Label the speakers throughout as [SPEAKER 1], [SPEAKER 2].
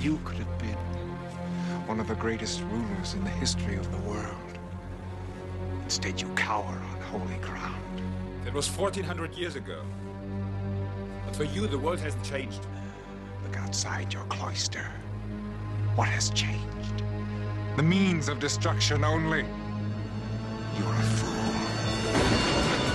[SPEAKER 1] You could have been one of the greatest rulers in the history of the world. Instead, you cower on holy ground.
[SPEAKER 2] That was 1400 years ago. But for you, the world hasn't changed.
[SPEAKER 1] Look outside your cloister. What has changed? The means of destruction only. You're a fool.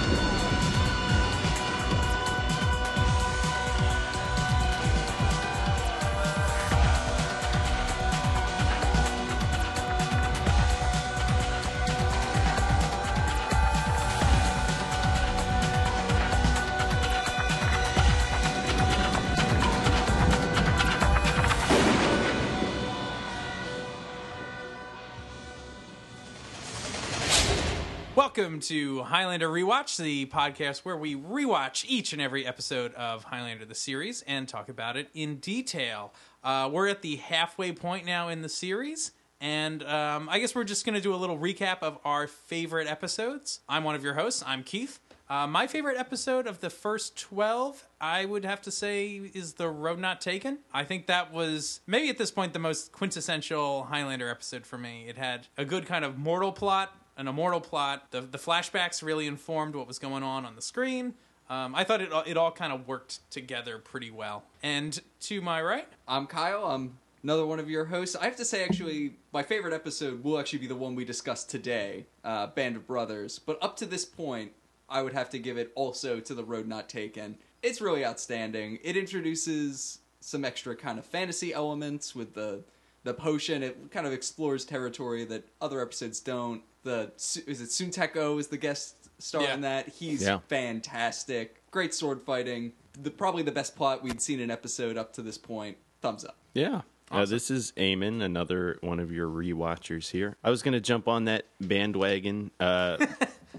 [SPEAKER 3] Welcome to Highlander Rewatch, the podcast where we rewatch each and every episode of Highlander the series and talk about it in detail. Uh, we're at the halfway point now in the series, and um, I guess we're just going to do a little recap of our favorite episodes. I'm one of your hosts, I'm Keith. Uh, my favorite episode of the first 12, I would have to say, is The Road Not Taken. I think that was maybe at this point the most quintessential Highlander episode for me. It had a good kind of mortal plot, an immortal plot. The the flashbacks really informed what was going on on the screen. Um, I thought it all, it all kind of worked together pretty well. And to my right,
[SPEAKER 4] I'm Kyle. I'm another one of your hosts. I have to say, actually, my favorite episode will actually be the one we discussed today, uh, Band of Brothers. But up to this point, I would have to give it also to The Road Not Taken. It's really outstanding. It introduces some extra kind of fantasy elements with the the potion. It kind of explores territory that other episodes don't. The Su- is it Sunteko is the guest star
[SPEAKER 3] Yeah.
[SPEAKER 4] in that. He's
[SPEAKER 5] Yeah.
[SPEAKER 4] fantastic. Great sword fighting. The, probably the best plot we'd seen in an episode up to this point. Thumbs up.
[SPEAKER 5] Yeah. Uh, this is Eamon, another one of your rewatchers here. I was going to jump on that bandwagon. Uh,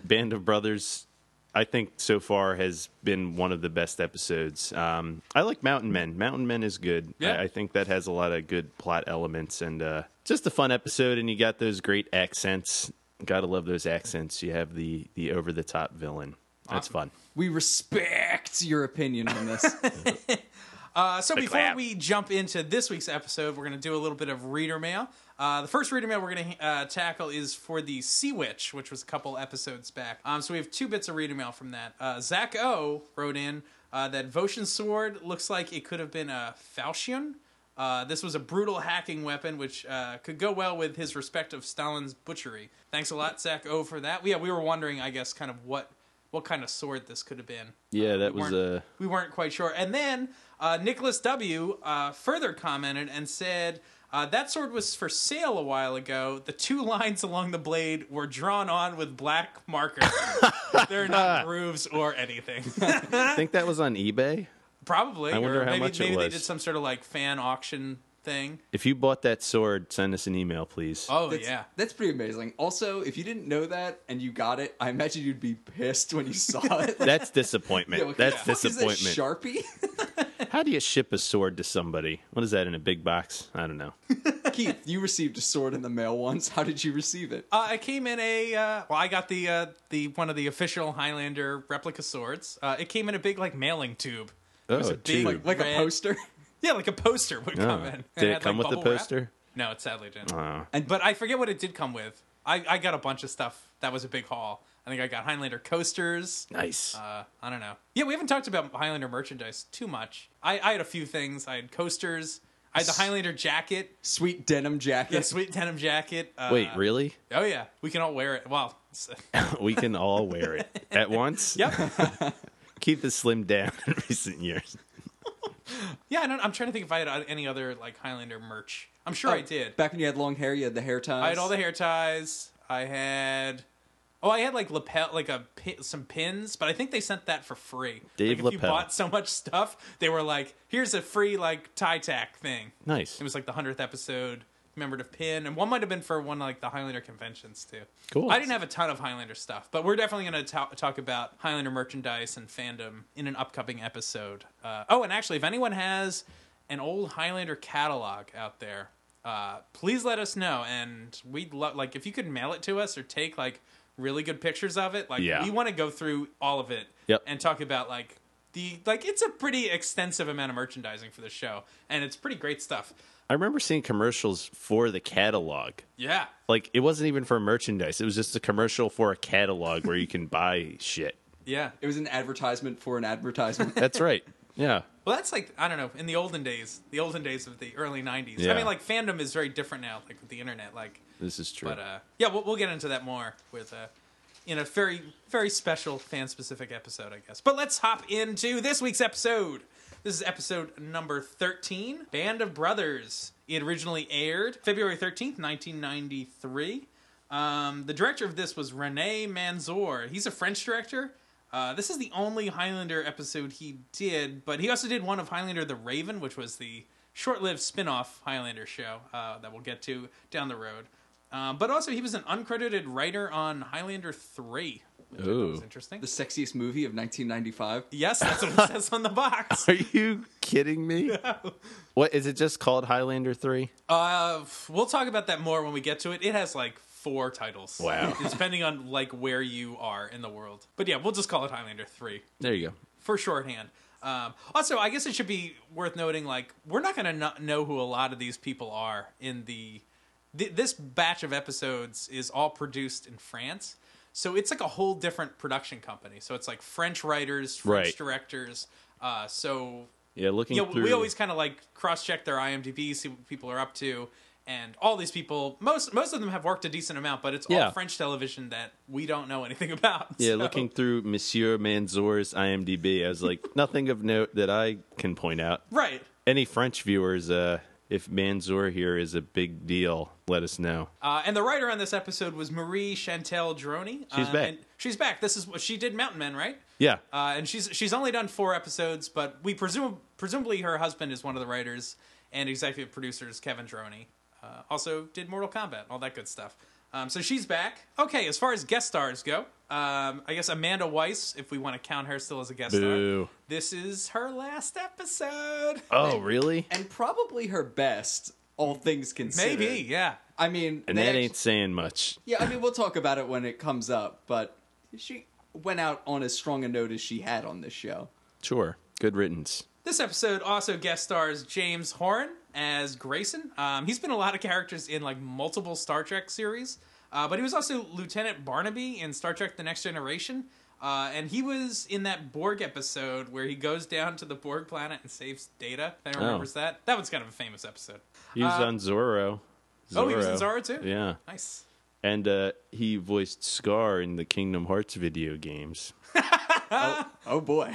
[SPEAKER 5] Band of Brothers, I think so far has been one of the best episodes. Um, I like Mountain Men. Mountain Men is good.
[SPEAKER 3] Yeah.
[SPEAKER 5] I, I think that has a lot of good plot elements and uh, just a fun episode. And you got those great accents. Gotta love those accents. You have the the over the top villain. That's fun.
[SPEAKER 4] We respect your opinion on this.
[SPEAKER 3] Uh, so before
[SPEAKER 5] clap.
[SPEAKER 3] we jump into this week's episode, we're going to do a little bit of reader mail. Uh, the first reader mail we're going to uh, tackle is for the Sea Witch, which was a couple episodes back. Um, so we have two bits of reader mail from that. Uh, Zach O wrote in uh, that Voshin sword looks like it could have been a falchion. Uh, this was a brutal hacking weapon, which uh, could go well with his respect of Stalin's butchery. Thanks a lot, Zach O, for that. Yeah, we were wondering, I guess, kind of what what kind of sword this could have been.
[SPEAKER 5] Yeah, that
[SPEAKER 3] we
[SPEAKER 5] was uh,
[SPEAKER 3] weren't-
[SPEAKER 5] a.
[SPEAKER 3] we weren't quite sure. And then uh, Nicholas W. Uh, further commented and said uh, that sword was for sale a while ago. The two lines along the blade were drawn on with black marker. They're not grooves or anything.
[SPEAKER 5] I think that was on eBay.
[SPEAKER 3] Probably.
[SPEAKER 5] I wonder
[SPEAKER 3] or
[SPEAKER 5] how
[SPEAKER 3] maybe,
[SPEAKER 5] much it
[SPEAKER 3] maybe they
[SPEAKER 5] was.
[SPEAKER 3] did some sort of like fan auction thing.
[SPEAKER 5] If you bought that sword, send us an email, please.
[SPEAKER 3] Oh
[SPEAKER 4] That's,
[SPEAKER 3] yeah.
[SPEAKER 4] that's pretty amazing. Also, if you didn't know that and you got it, I imagine you'd be pissed when you saw it. Like,
[SPEAKER 5] That's disappointment.
[SPEAKER 4] yeah, what
[SPEAKER 5] That's
[SPEAKER 4] the fuck
[SPEAKER 5] disappointment.
[SPEAKER 4] Is that Sharpie?
[SPEAKER 5] How do you ship a sword to somebody? What is that in a big box? I don't know.
[SPEAKER 3] Oh,
[SPEAKER 4] Keith, you received a sword in the mail once. How did you receive it?
[SPEAKER 3] Uh, I came in a uh, well. I got the uh, the one of the official Highlander replica swords. Uh, it came in a big like mailing tube. It was
[SPEAKER 5] Oh,
[SPEAKER 3] a big,
[SPEAKER 5] tube.
[SPEAKER 4] Like
[SPEAKER 3] red-
[SPEAKER 4] a poster?
[SPEAKER 3] Yeah, like a poster would come
[SPEAKER 5] Oh.
[SPEAKER 3] in.
[SPEAKER 5] Did it
[SPEAKER 3] had,
[SPEAKER 5] come with the
[SPEAKER 3] bubble wrap.
[SPEAKER 5] poster?
[SPEAKER 3] No, it sadly didn't.
[SPEAKER 5] Oh.
[SPEAKER 4] And-
[SPEAKER 3] but I forget what it did come with. I, I got a bunch of stuff. That was a big haul. I think I got Highlander coasters.
[SPEAKER 5] Nice.
[SPEAKER 3] Uh, I don't know. Yeah, we haven't talked about Highlander merchandise too much. I, I had a few things. I had coasters. I had the Highlander jacket,
[SPEAKER 4] Sweet denim jacket.
[SPEAKER 3] the sweet denim jacket. Uh,
[SPEAKER 5] Wait, really?
[SPEAKER 3] Oh yeah, we can all wear it. Well, it's-
[SPEAKER 5] We can all wear it at once.
[SPEAKER 3] yep.
[SPEAKER 5] Keith has slimmed down in recent years.
[SPEAKER 3] Yeah, I don't, I'm trying to think if I had uh, any other like Highlander merch. I'm
[SPEAKER 4] Oh,
[SPEAKER 3] sure I did.
[SPEAKER 4] Back when you had long hair, you had the hair ties.
[SPEAKER 3] I had all the hair ties. I had oh, I had like lapel, like a pin, some pins, but I think they sent that for free.
[SPEAKER 5] Dave
[SPEAKER 3] like, If you
[SPEAKER 5] lapel.
[SPEAKER 3] bought so much stuff, they were like, "Here's a free like tie tack thing."
[SPEAKER 5] Nice.
[SPEAKER 3] It was like the hundredth episode commemorative pin, and one might have been for one like the Highlander conventions too.
[SPEAKER 5] Cool.
[SPEAKER 3] I didn't have a ton of Highlander stuff, but we're definitely going to ta- talk about Highlander merchandise and fandom in an upcoming episode. Uh, oh, and actually, if anyone has an old Highlander catalog out there, uh, please let us know, and we'd love like if you could mail it to us or take like really good pictures of it. Like
[SPEAKER 5] Yeah.
[SPEAKER 3] we want to go through all of it
[SPEAKER 5] Yep.
[SPEAKER 3] and talk about like the like it's a pretty extensive amount of merchandising for the show, and it's pretty great stuff.
[SPEAKER 5] I remember seeing commercials for the catalog.
[SPEAKER 3] Yeah,
[SPEAKER 5] Like it wasn't even for merchandise; it was just a commercial for a catalog where you can buy shit.
[SPEAKER 3] yeah.
[SPEAKER 4] It was an advertisement for an advertisement.
[SPEAKER 5] That's right. Yeah.
[SPEAKER 3] Well, that's like I don't know. In the olden days, the olden days of the early '90s. I
[SPEAKER 5] Yeah.
[SPEAKER 3] mean, like fandom is very different now, like with the internet. Like,
[SPEAKER 5] This is true.
[SPEAKER 3] but uh, yeah, we'll, we'll get into that more with uh, in a very very special fan specific episode, I guess. But let's hop into this week's episode. This is episode number thirteen, Band of Brothers. It originally aired February thirteenth, nineteen ninety three. Um, the director of this was Rene Manzor. He's a French director. Uh, this is the only Highlander episode he did, but he also did one of Highlander the Raven, which was the short lived spin off Highlander show uh, that we'll get to down the road. Um, but also, he was an uncredited writer on Highlander 3, which I thought
[SPEAKER 5] Ooh.
[SPEAKER 3] was interesting.
[SPEAKER 4] the sexiest movie of 1995.
[SPEAKER 3] Yes, that's what it says on the box.
[SPEAKER 5] Are you kidding me? What is it? Just called Highlander Three?
[SPEAKER 3] Uh, f- we'll talk about that more when we get to it. It has like four titles.
[SPEAKER 5] Wow.
[SPEAKER 3] Depending on like where you are in the world. But yeah, we'll just call it Highlander 3.
[SPEAKER 5] There you go.
[SPEAKER 3] for shorthand. Um, also, I guess it should be worth noting, like we're not going to not know who a lot of these people are in the th- this batch of episodes is all produced in France, so it's like a whole different production company. So it's like French writers, French
[SPEAKER 5] Right.
[SPEAKER 3] directors. Uh, so
[SPEAKER 5] Yeah, looking
[SPEAKER 3] yeah,
[SPEAKER 5] through.
[SPEAKER 3] we always kind of like cross check their IMDb, see what people are up to, and all these people, most most of them have worked a decent amount, but it's all
[SPEAKER 5] Yeah.
[SPEAKER 3] French television that we don't know anything about.
[SPEAKER 5] Yeah,
[SPEAKER 3] so-
[SPEAKER 5] looking through Monsieur Manzor's IMDb, I was like, nothing of note that I can point out.
[SPEAKER 3] right.
[SPEAKER 5] Any French viewers, uh, if Manzor here is a big deal, let us know.
[SPEAKER 3] Uh, and the writer on this episode was Marie Chantel Droney.
[SPEAKER 5] She's
[SPEAKER 3] Uh,
[SPEAKER 5] back.
[SPEAKER 3] And she's back. This is what she did. Mountain Men, right?
[SPEAKER 5] Yeah,
[SPEAKER 3] Uh, and she's she's only done four episodes, but we presume presumably her husband is one of the writers and executive producers, Kevin Droney. Uh, also did Mortal Kombat, all that good stuff. Um, so she's back. Okay, as far as guest stars go, um, I guess Amanda Weiss, if we want to count her still as a guest
[SPEAKER 5] Boo.
[SPEAKER 3] star. This is her last episode.
[SPEAKER 5] Oh, really?
[SPEAKER 4] And probably her best, all things considered.
[SPEAKER 3] Maybe, yeah.
[SPEAKER 4] I mean,
[SPEAKER 5] And
[SPEAKER 4] they
[SPEAKER 5] that
[SPEAKER 4] actu-
[SPEAKER 5] ain't saying much.
[SPEAKER 4] Yeah, I mean, we'll talk about it when it comes up, but she went out on as strong a note as she had on this show.
[SPEAKER 5] Sure. Good riddance.
[SPEAKER 3] This episode also guest stars James Horn as Grayson. Um, he's been a lot of characters in like multiple Star Trek series, uh, but he was also Lieutenant Barnaby in Star Trek: The Next Generation, uh, and he was in that Borg episode where he goes down to the Borg planet and saves Data. If anyone
[SPEAKER 5] Oh.
[SPEAKER 3] remembers that, that one's kind of a famous episode.
[SPEAKER 5] He was on Zorro.
[SPEAKER 3] Uh, Oh, he was in Zorro too.
[SPEAKER 5] Yeah.
[SPEAKER 3] nice.
[SPEAKER 5] And uh, he voiced Scar in the Kingdom Hearts video games.
[SPEAKER 4] Oh boy.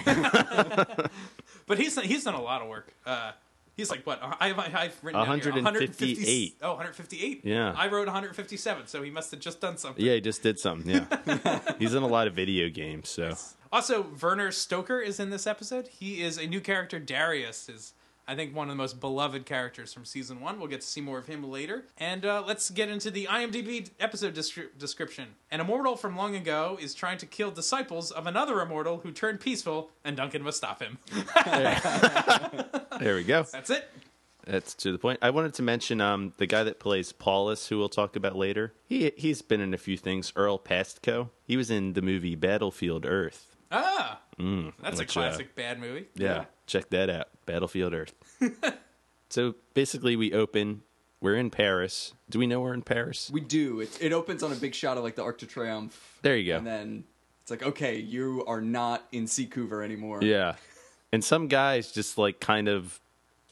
[SPEAKER 3] But he's done, he's done a lot of work. Uh, he's like what I, I, I've written down here,
[SPEAKER 5] 158.
[SPEAKER 3] Oh, 158.
[SPEAKER 5] Yeah.
[SPEAKER 3] I wrote 157, so he must have just done something.
[SPEAKER 5] Yeah, he just did something. Yeah. He's in a lot of video games, so.
[SPEAKER 3] Also, Werner Stoker is in this episode. He is a new character. Darius is, I think, one of the most beloved characters from season one. We'll get to see more of him later. And uh, let's get into the IMDb episode descri- description. An immortal from long ago is trying to kill disciples of another immortal who turned peaceful, and Duncan must stop him.
[SPEAKER 5] There we go.
[SPEAKER 3] That's it.
[SPEAKER 5] That's to the point. I wanted to mention um, the guy that plays Paulus, who we'll talk about later. He he's been in a few things. Earl Pastco. He was in the movie Battlefield Earth.
[SPEAKER 3] Ah, that's
[SPEAKER 5] which,
[SPEAKER 3] a
[SPEAKER 5] uh,
[SPEAKER 3] classic bad movie.
[SPEAKER 5] check that out. Battlefield Earth. so basically, we open. We're in Paris. Do we know we're in Paris?
[SPEAKER 4] we do. It, it opens on a big shot of like the Arc de Triomphe.
[SPEAKER 5] There you go.
[SPEAKER 4] And then it's like, okay, you are not in Seacouver anymore.
[SPEAKER 5] yeah, and some guy's just like kind of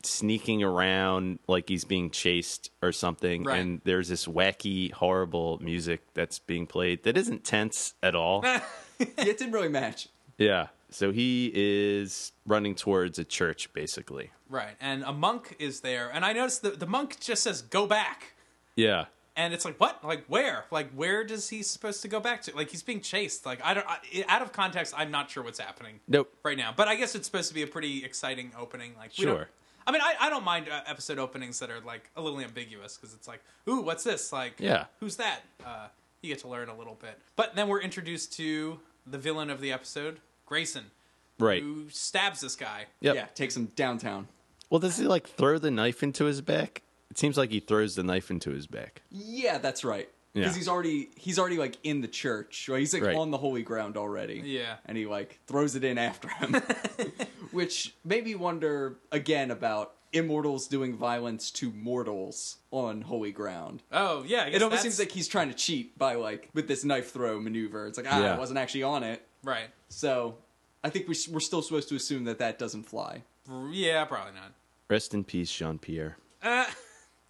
[SPEAKER 5] sneaking around like he's being chased or something
[SPEAKER 3] Right.
[SPEAKER 5] and there's this wacky horrible music that's being played that isn't tense at all
[SPEAKER 4] Yeah, It didn't really match.
[SPEAKER 5] Yeah. So he is running towards a church, basically.
[SPEAKER 3] Right. And a monk is there. And I noticed the, the monk just says, go back.
[SPEAKER 5] Yeah.
[SPEAKER 3] and it's like what like where like where does he supposed to go back to like he's being chased like i don't I, out of context i'm not sure what's happening
[SPEAKER 5] Nope.
[SPEAKER 3] right now but i guess it's supposed to be a pretty exciting opening like we don't-
[SPEAKER 5] Sure.
[SPEAKER 3] i mean i, I don't mind uh, episode openings that are like a little ambiguous because it's like ooh what's this like
[SPEAKER 5] Yeah.
[SPEAKER 3] who's that uh, you get to learn a little bit but then we're introduced to the villain of the episode grayson
[SPEAKER 5] Right.
[SPEAKER 3] who stabs this guy
[SPEAKER 5] Yep.
[SPEAKER 4] Yeah, takes him downtown.
[SPEAKER 5] Well, does he like throw the knife into his back? It seems like he throws the knife into his back.
[SPEAKER 4] Yeah, that's right. because
[SPEAKER 5] Yeah.
[SPEAKER 4] he's already he's already like in the church, right? He's like
[SPEAKER 5] Right.
[SPEAKER 4] on the holy ground already.
[SPEAKER 3] Yeah.
[SPEAKER 4] and he like throws it in after him, which made me wonder again about immortals doing violence to mortals on holy ground.
[SPEAKER 3] Oh yeah, I guess
[SPEAKER 4] It almost
[SPEAKER 3] that's-
[SPEAKER 4] seems like he's trying to cheat by like with this knife throw maneuver. It's like ah,
[SPEAKER 5] Yeah.
[SPEAKER 4] I wasn't actually on it,
[SPEAKER 3] right.
[SPEAKER 4] so I think we s- we're still supposed to assume that that doesn't fly.
[SPEAKER 3] Yeah, probably not.
[SPEAKER 5] Rest in peace, Jean Pierre.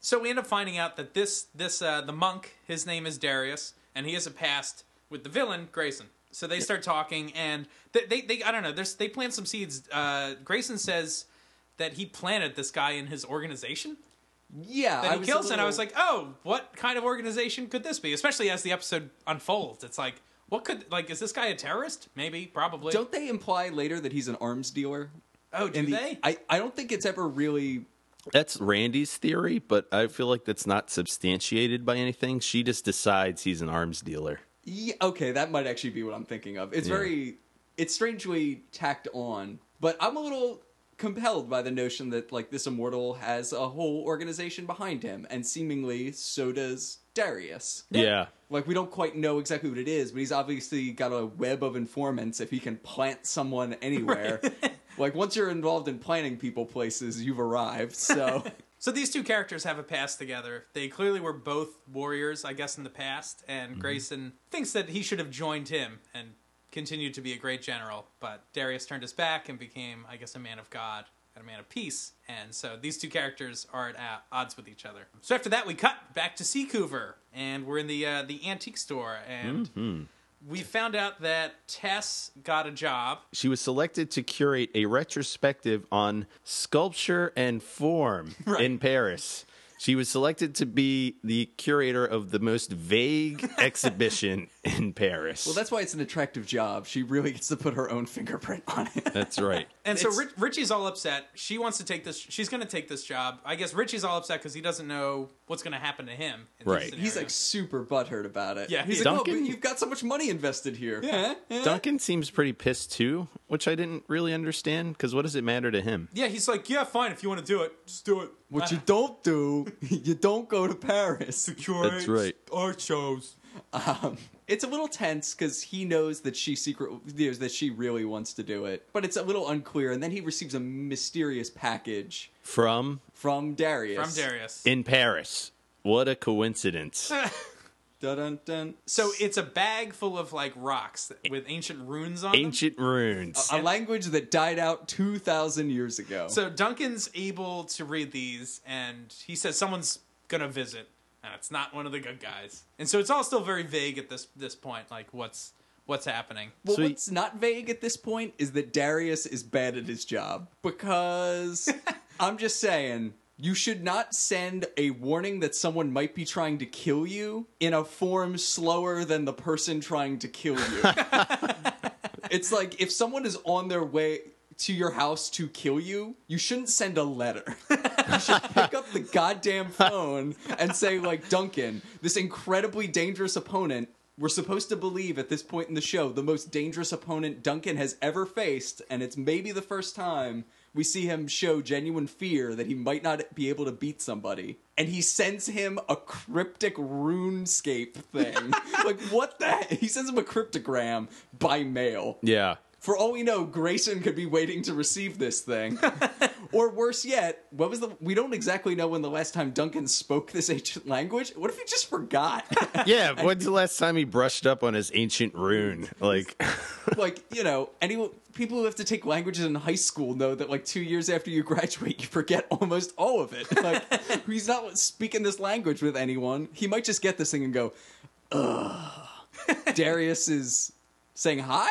[SPEAKER 3] So we end up finding out that this this uh, the monk, his name is Darius, and he has a past with the villain Grayson. So they start talking, and they they, they I don't know. There's, they plant some seeds. Uh, Grayson says that he planted this guy in his organization
[SPEAKER 4] Yeah,
[SPEAKER 3] that
[SPEAKER 4] I
[SPEAKER 3] he
[SPEAKER 4] was a
[SPEAKER 3] kills, and I
[SPEAKER 4] little-
[SPEAKER 3] was like, oh, what kind of organization could this be? Especially as the episode unfolds, it's like, what could like is this guy a terrorist? Maybe, probably.
[SPEAKER 4] Don't they imply later that he's an arms dealer?
[SPEAKER 3] oh, do
[SPEAKER 4] In the,
[SPEAKER 3] they?
[SPEAKER 4] I, I don't think it's ever really.
[SPEAKER 5] That's Randy's theory, but I feel like that's not substantiated by anything. She just decides he's an arms dealer.
[SPEAKER 4] Yeah, okay, that might actually be what I'm thinking of. It's very. It's strangely tacked on, but I'm a little compelled by the notion that like this immortal has a whole organization behind him, and seemingly so does Darius.
[SPEAKER 5] Yeah.
[SPEAKER 4] Like we don't quite know exactly what it is, but he's obviously got a web of informants. If he can plant someone anywhere, like once you're involved in planting people places, you've arrived. So.
[SPEAKER 3] So these two characters have a past together. They clearly were both warriors, I guess, in the past, and Grayson thinks that he should have joined him and continued to be a great general. But Darius turned his back and became, I guess, a man of God and a man of peace. And so these two characters are at uh, odds with each other. So after that, we cut back to Seacouver, and we're in the uh, the antique store, and we found out that Tess got a job.
[SPEAKER 5] She was selected to curate a retrospective on sculpture and form in Paris. She was selected to be the curator of the most vague exhibition in Paris.
[SPEAKER 4] Well, that's why it's an attractive job. She really gets to put her own fingerprint on it.
[SPEAKER 5] that's right.
[SPEAKER 3] And so
[SPEAKER 4] It's-
[SPEAKER 3] Rich, Richie's all upset. She wants to take this. She's going to take this job. I guess Richie's all upset because he doesn't know what's going to happen to him. in this
[SPEAKER 5] Right.
[SPEAKER 3] scenario.
[SPEAKER 4] He's like super butthurt about it.
[SPEAKER 3] Yeah,
[SPEAKER 4] he's
[SPEAKER 3] he-
[SPEAKER 4] like, "Oh,
[SPEAKER 5] Duncan-
[SPEAKER 4] but you've got so much money invested here. Yeah,
[SPEAKER 5] Duncan seems pretty pissed too, which I didn't really understand because what does it matter to him?
[SPEAKER 3] yeah, he's like, yeah, fine. If you want to do it, just do it.
[SPEAKER 4] What you don't do, you don't go to Paris. Um,
[SPEAKER 5] That's right.
[SPEAKER 3] Art shows.
[SPEAKER 4] It's a little tense because he knows that she secret knows that she really wants to do it, but it's a little unclear. And then he receives a mysterious package
[SPEAKER 5] From
[SPEAKER 4] from Darius.
[SPEAKER 3] From Darius.
[SPEAKER 5] in Paris. What a coincidence.
[SPEAKER 4] Dun dun dun.
[SPEAKER 3] so it's a bag full of like rocks with ancient runes on them.
[SPEAKER 5] Ancient runes.
[SPEAKER 4] a language that died out two thousand years ago.
[SPEAKER 3] So Duncan's able to read these, and he says someone's gonna visit, and it's not one of the good guys. And so it's all still very vague at this this point, like what's what's happening.
[SPEAKER 4] Well,
[SPEAKER 5] So he-
[SPEAKER 4] what's not vague at this point is that Darius is bad at his job because I'm just saying you should not send a warning that someone might be trying to kill you in a form slower than the person trying to kill you. it's like if someone is on their way to your house to kill you, you shouldn't send a letter. you should pick up the goddamn phone and say like Duncan, this incredibly dangerous opponent we're supposed to believe at this point in the show the most dangerous opponent Duncan has ever faced and it's maybe the first time we see him show genuine fear that he might not be able to beat somebody and he sends him a cryptic runescape thing like what the he- he sends him a cryptogram by mail
[SPEAKER 5] yeah.
[SPEAKER 4] for all we know, Grayson could be waiting to receive this thing. or worse yet, what was the we don't exactly know when the last time Duncan spoke this ancient language. What if he just forgot?
[SPEAKER 5] Yeah, when's the last time he brushed up on his ancient rune? Like
[SPEAKER 4] like, you know, any people who have to take languages in high school know that like 2 years after you graduate, you forget almost all of it. Like he's not speaking this language with anyone. He might just get this thing and go, "Ugh." Darius is saying hi?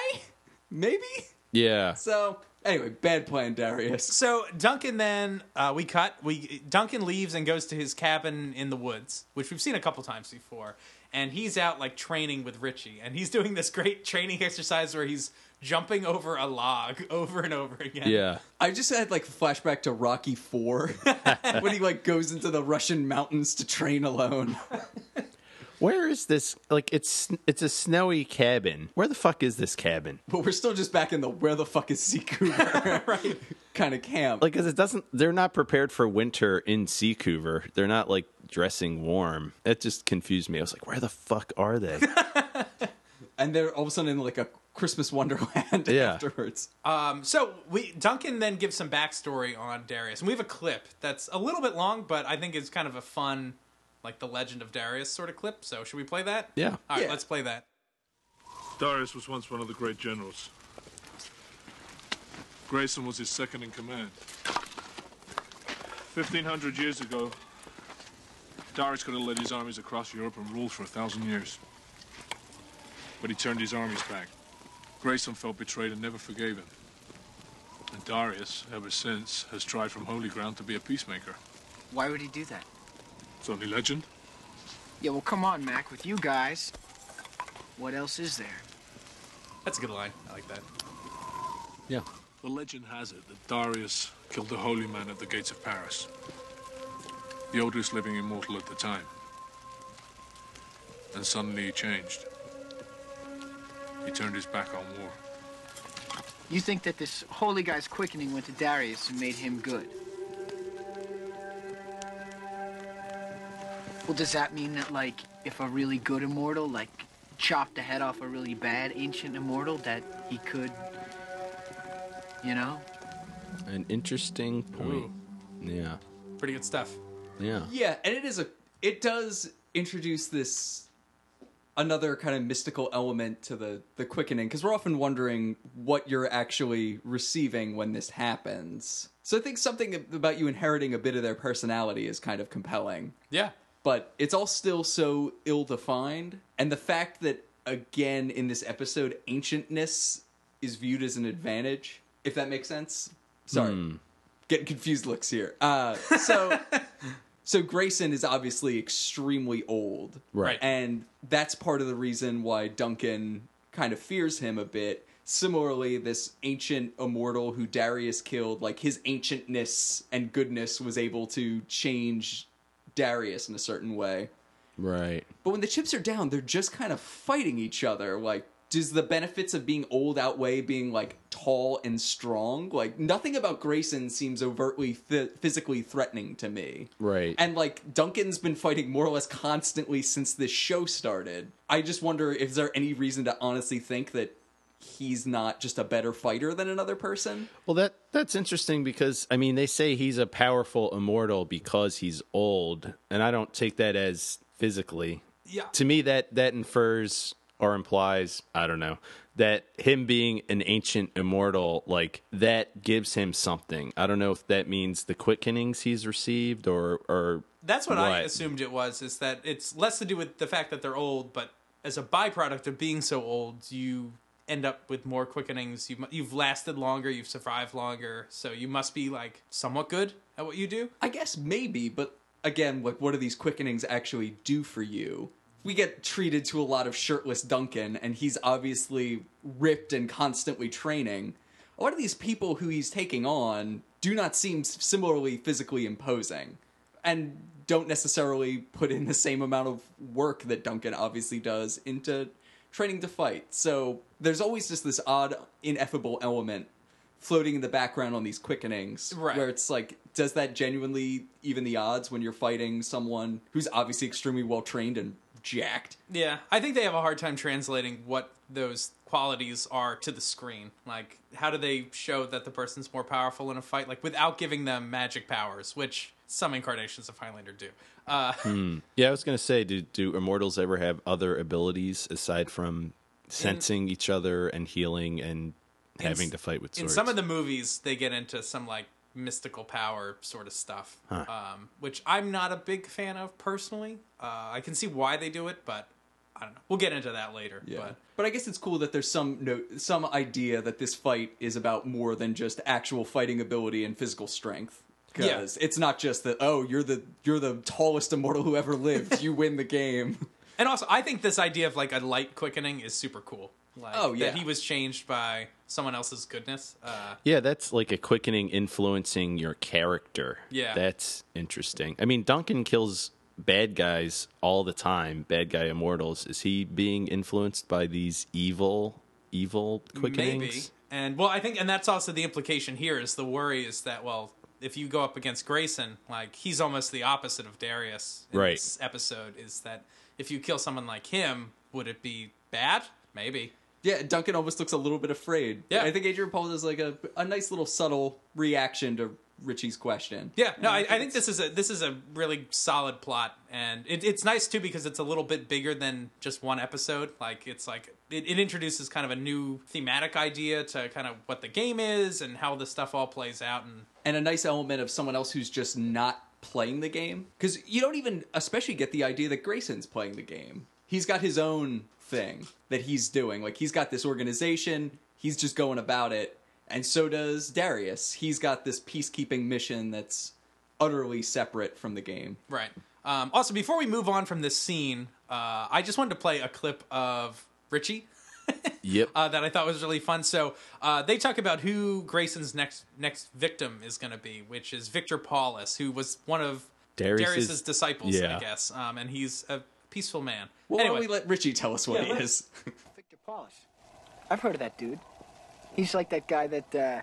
[SPEAKER 4] Maybe?
[SPEAKER 5] Yeah.
[SPEAKER 4] So, anyway, bad plan, Darius.
[SPEAKER 3] So Duncan then uh, we cut we Duncan leaves and goes to his cabin in the woods, which we've seen a couple times before. And he's out like training with Richie, and he's doing this great training exercise where he's jumping over a log over and over again.
[SPEAKER 5] Yeah.
[SPEAKER 4] I just had like flashback to Rocky Four when he like goes into the Russian mountains to train alone.
[SPEAKER 5] Where is this like it's it's a snowy cabin. Where the fuck is this cabin?
[SPEAKER 4] But we're still just back in the where the fuck is Seacouver right kind of camp.
[SPEAKER 5] Like cuz it doesn't they're not prepared for winter in Seacouver. They're not like dressing warm. That just confused me. I was like, where the fuck are they?
[SPEAKER 4] and they're all of a sudden in like a Christmas Wonderland
[SPEAKER 5] Yeah.
[SPEAKER 4] afterwards.
[SPEAKER 3] Um, so we Duncan then gives some backstory on Darius, and we have a clip that's a little bit long, but I think it's kind of a fun, like the legend of Darius sort of clip. So should we play that?
[SPEAKER 5] Yeah.
[SPEAKER 3] All right,
[SPEAKER 4] Yeah.
[SPEAKER 3] let's play that.
[SPEAKER 6] Darius was once one of the great generals. Grayson was his second in command. 1500 years ago, Darius could have led his armies across Europe and ruled for a thousand years. But he turned his armies back. Grayson felt betrayed and never forgave him. And Darius, ever since, has tried from holy ground to be a peacemaker.
[SPEAKER 7] Why would he do that?
[SPEAKER 6] It's only legend.
[SPEAKER 7] Yeah, well, come on, Mac, with you guys. What else is there?
[SPEAKER 3] That's a good line. I like that.
[SPEAKER 5] Yeah.
[SPEAKER 6] The legend has it that Darius killed the holy man at the gates of Paris, the oldest living immortal at the time. And suddenly he changed. He turned his back on war.
[SPEAKER 7] You think that this holy guy's quickening went to Darius and made him good? Well, does that mean that, like, if a really good immortal, like, chopped the head off a really bad ancient immortal, that he could, you know?
[SPEAKER 5] An interesting point. Yeah.
[SPEAKER 3] Pretty good stuff.
[SPEAKER 5] Yeah.
[SPEAKER 4] Yeah, and it is a it does introduce this another kind of mystical element to the the quickening because we're often wondering what you're actually receiving when this happens. So I think something about you inheriting a bit of their personality is kind of compelling,
[SPEAKER 3] Yeah.
[SPEAKER 4] but it's all still so ill defined, and the fact that again in this episode ancientness is viewed as an advantage, if that makes sense. Sorry getting confused looks here. Uh, so, so Grayson is obviously extremely old,
[SPEAKER 5] Right.
[SPEAKER 4] And that's part of the reason why Duncan kind of fears him a bit. Similarly, this ancient immortal who Darius killed, like his ancientness and goodness was able to change Darius in a certain way.
[SPEAKER 5] Right.
[SPEAKER 4] But when the chips are down, they're just kind of fighting each other. Like, does the benefits of being old outweigh being like tall and strong? Like, nothing about Grayson seems overtly th- physically threatening to me.
[SPEAKER 5] Right.
[SPEAKER 4] And like Duncan's been fighting more or less constantly since this show started. I just wonder if there any reason to honestly think that he's not just a better fighter than another person.
[SPEAKER 5] Well, that that's interesting because I mean they say he's a powerful immortal because he's old, and I don't take that as physically.
[SPEAKER 3] Yeah.
[SPEAKER 5] To me, that that infers or implies I don't know that him being an ancient immortal like that gives him something. I don't know if that means the quickenings he's received or or
[SPEAKER 3] That's what, I
[SPEAKER 5] Right.
[SPEAKER 3] assumed it was. Is that it's less to do with the fact that they're old, but as a byproduct of being so old, you end up with more quickenings. You, mu- you've lasted longer. You've survived longer. So you must be like somewhat good at what you do.
[SPEAKER 4] I guess maybe, but again, like what do these quickenings actually do for you? We get treated to a lot of shirtless Duncan, and he's obviously ripped and constantly training. A lot of these people who he's taking on do not seem s- similarly physically imposing and don't necessarily put in the same amount of work that Duncan obviously does into training to fight. So there's always just this odd, ineffable element floating in the background on these quickenings
[SPEAKER 3] Right.
[SPEAKER 4] where it's like does that genuinely even the odds when you're fighting someone who's obviously extremely well trained and jacked
[SPEAKER 3] Yeah, I think they have a hard time translating what those qualities are to the screen. Like, how do they show that the person's more powerful in a fight, like without giving them magic powers, which some incarnations of Highlander do. Uh,
[SPEAKER 5] yeah. I was gonna say, do do immortals ever have other abilities aside from sensing each other and healing and having to fight with
[SPEAKER 3] in
[SPEAKER 5] swords?
[SPEAKER 3] some of the movies, they get into some like mystical power sort of stuff, um, which I'm not a big fan of personally. Uh, I can see why they do it, but I don't know. We'll get into that later. But
[SPEAKER 4] but i guess it's cool that there's some note some idea that this fight is about more than just actual fighting ability and physical strength
[SPEAKER 3] Yeah.
[SPEAKER 4] because it's not just that oh you're the you're the tallest immortal who ever lived you win the game
[SPEAKER 3] And also, I think this idea of like a light quickening is super cool. Like,
[SPEAKER 4] Oh, yeah.
[SPEAKER 3] that he was changed by someone else's goodness. Uh,
[SPEAKER 5] Yeah, that's like a quickening influencing your character.
[SPEAKER 3] Yeah.
[SPEAKER 5] That's interesting. I mean, Duncan kills bad guys all the time, bad guy immortals. Is he being influenced by these evil, evil quickenings?
[SPEAKER 3] maybe. And well, I think, and that's also the implication here is the worry is that well, if you go up against Grayson, like he's almost the opposite of Darius. In
[SPEAKER 5] Right.
[SPEAKER 3] This episode is that if you kill someone like him, would it be bad? Maybe.
[SPEAKER 4] Yeah, Duncan almost looks a little bit afraid.
[SPEAKER 3] Yeah.
[SPEAKER 4] I think Adrian Paul does like a, a nice little subtle reaction to Richie's question.
[SPEAKER 3] Yeah, no, I, I think this is a this is a really solid plot, and it, it's nice too because it's a little bit bigger than just one episode. Like it's like it, it introduces kind of a new thematic idea to kind of what the game is and how this stuff all plays out. And
[SPEAKER 4] and a nice element of someone else who's just not playing the game because you don't even especially get the idea that grayson's playing the game he's got his own thing that he's doing like he's got this organization he's just going about it and so does darius he's got this peacekeeping mission that's utterly separate from the game
[SPEAKER 3] right. Um, also, before we move on from this scene, uh, I just wanted to play a clip of Richie.
[SPEAKER 5] Yep.
[SPEAKER 3] uh, that I thought was really fun. So uh, they talk about who Grayson's next next victim is going to be, which is Victor Paulus, who was one of
[SPEAKER 5] Darius's-
[SPEAKER 3] Darius's, disciples,
[SPEAKER 5] yeah.
[SPEAKER 3] I guess, um, and he's a peaceful man.
[SPEAKER 4] well why
[SPEAKER 3] anyway,
[SPEAKER 4] don't we let richie tell us what
[SPEAKER 7] Yeah,
[SPEAKER 4] he
[SPEAKER 7] let-
[SPEAKER 4] is
[SPEAKER 7] Victor Polish. I've heard of that dude. He's like that guy that uh,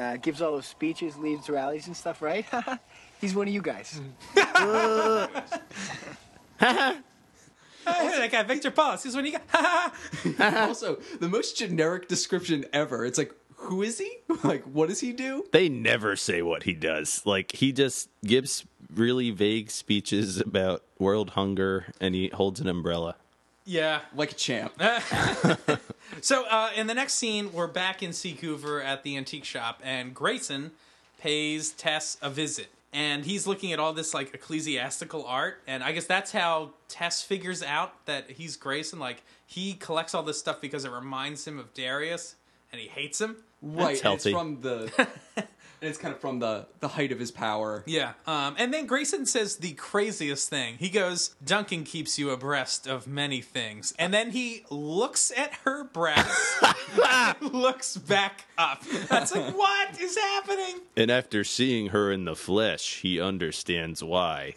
[SPEAKER 7] uh, gives all those speeches, leads rallies and stuff, right? He's one of you guys.
[SPEAKER 3] hey, that guy Victor Paulus. He's when he got.
[SPEAKER 4] also the most generic description ever it's like who is he like what does he do
[SPEAKER 5] they never say what he does. Like he just gives really vague speeches about world hunger and he holds an umbrella.
[SPEAKER 3] yeah.
[SPEAKER 4] like a champ
[SPEAKER 3] So uh, in the next scene, we're back in Seacouver at the antique shop, and Grayson pays Tess a visit. And he's looking at all this like ecclesiastical art, and I guess that's how Tess figures out that he's Grayson. Like he collects all this stuff because it reminds him of Darius, and he hates him.
[SPEAKER 4] Right, and
[SPEAKER 5] healthy.
[SPEAKER 4] it's from the, and it's kind of from the the height of his power.
[SPEAKER 3] Yeah. Um, and then Grayson says the craziest thing. He goes, Duncan keeps you abreast of many things. And then he looks at her breasts, and looks back up. That's like, what is happening?
[SPEAKER 5] And after seeing her in the flesh, he understands why.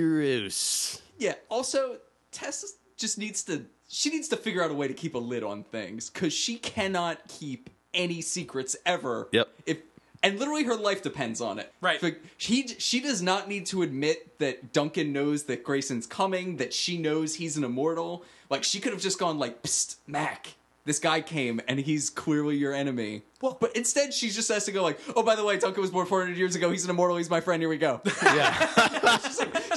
[SPEAKER 5] Gross.
[SPEAKER 4] Yeah. Also, Tess just needs to she needs to figure out a way to keep a lid on things because she cannot keep any secrets ever.
[SPEAKER 5] Yep.
[SPEAKER 4] If and literally her life depends on it.
[SPEAKER 3] Right.
[SPEAKER 4] Like, She she does not need to admit that Duncan knows that Grayson's coming. That she knows he's an immortal. Like she could have just gone like, Psst, Mac. This guy came and he's clearly your enemy. Well, but instead she just has to go like, oh, by the way, Duncan was born 400 years ago. He's an immortal. He's my friend. Here we go.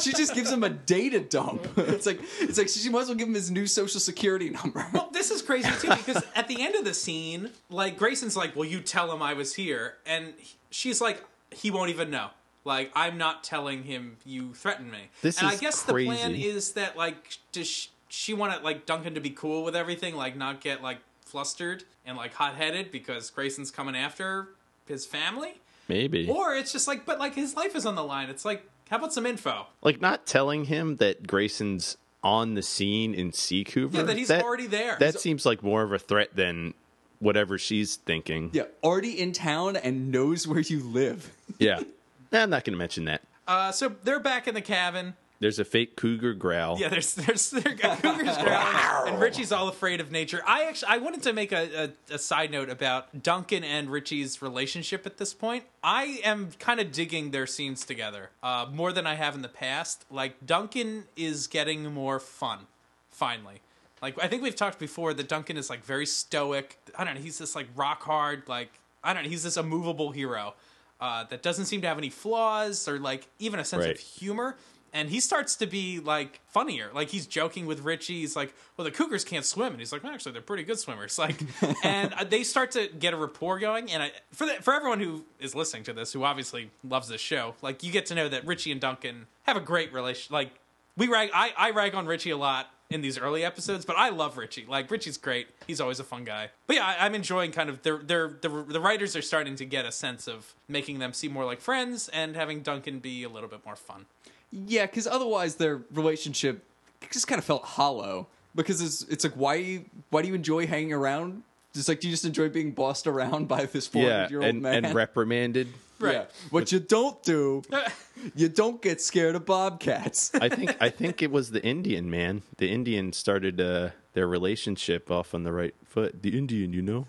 [SPEAKER 4] she just gives him a data dump. It's like it's like she might as well give him his new social security number.
[SPEAKER 3] This is crazy too because at the end of the scene, like Grayson's like, "Well, you tell him I was here," and he- she's like, "He won't even know." Like, I'm not telling him you threatened me.
[SPEAKER 5] This
[SPEAKER 3] and I
[SPEAKER 5] is
[SPEAKER 3] guess the plan
[SPEAKER 5] crazy.
[SPEAKER 3] is that like, does she, she want like Duncan to be cool with everything, like not get like flustered and like hot headed because Grayson's coming after his family,
[SPEAKER 5] Maybe.
[SPEAKER 3] or it's just like, but like his life is on the line. It's like, how about some info?
[SPEAKER 5] like not telling him that Grayson's on the scene in Seacouver.
[SPEAKER 3] Yeah, that he's already there.
[SPEAKER 5] That seems like more of a threat than whatever she's thinking.
[SPEAKER 4] yeah, already in town and knows where you live.
[SPEAKER 5] Yeah. Nah, I'm not going to mention that.
[SPEAKER 3] Uh, so they're back in the cabin.
[SPEAKER 5] There's a fake cougar growl.
[SPEAKER 3] Yeah, there's there's there are cougars growling, and Richie's all afraid of nature. I actually I wanted to make a, a, a side note about Duncan and Richie's relationship at this point. I am kind of digging their scenes together uh, more than I have in the past. Like Duncan is getting more fun, finally. Like I think we've talked before that Duncan is like very stoic. I don't know. He's this like rock hard. Like I don't know. He's this immovable hero. Uh, that doesn't seem to have any flaws or like even a sense
[SPEAKER 5] Right.
[SPEAKER 3] of humor and he starts to be like funnier like he's joking with richie he's like well the cougars can't swim and he's like well, actually they're pretty good swimmers like and uh, they start to get a rapport going and I, for the, for everyone who is listening to this who obviously loves this show like you get to know that richie and duncan have a great relation like we rag i, I rag on richie a lot in these early episodes, but I love Richie. Like Richie's great; he's always a fun guy. But yeah, I, I'm enjoying kind of their their the the writers are starting to get a sense of making them seem more like friends and having Duncan be a little bit more fun.
[SPEAKER 4] Yeah, because otherwise their relationship just kind of felt hollow. Because it's it's like why why do you enjoy hanging around? It's like do you just enjoy being bossed around by this four
[SPEAKER 5] Yeah,
[SPEAKER 4] hundred year old
[SPEAKER 5] and,
[SPEAKER 4] man?
[SPEAKER 5] and reprimanded.
[SPEAKER 4] Yeah.
[SPEAKER 3] Right.
[SPEAKER 4] What you don't do, you don't get scared of bobcats.
[SPEAKER 5] I think I think it was the Indian man. The Indian started uh, their relationship off on the right foot. The Indian, you know.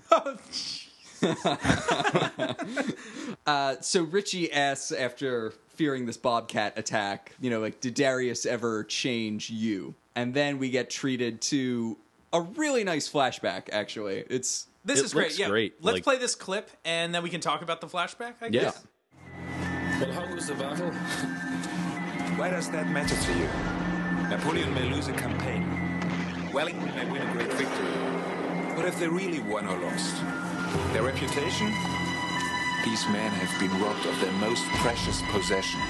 [SPEAKER 4] Uh, so Richie asks after fearing this Bobcat attack, you know, like, did Darius ever change you? And then we get treated to a really nice flashback, actually. It's.
[SPEAKER 3] This
[SPEAKER 5] It
[SPEAKER 3] is great.
[SPEAKER 5] looks
[SPEAKER 3] Yeah,
[SPEAKER 5] great,
[SPEAKER 3] let's
[SPEAKER 5] like-
[SPEAKER 3] play this clip and then we can talk about the flashback. I
[SPEAKER 5] Yeah.
[SPEAKER 3] guess.
[SPEAKER 8] Well, how goes the battle?
[SPEAKER 9] Why does that matter to you? Napoleon may lose a campaign. Wellington may win a great victory. What have they really won or lost? Their reputation? These men have been robbed of their most precious possession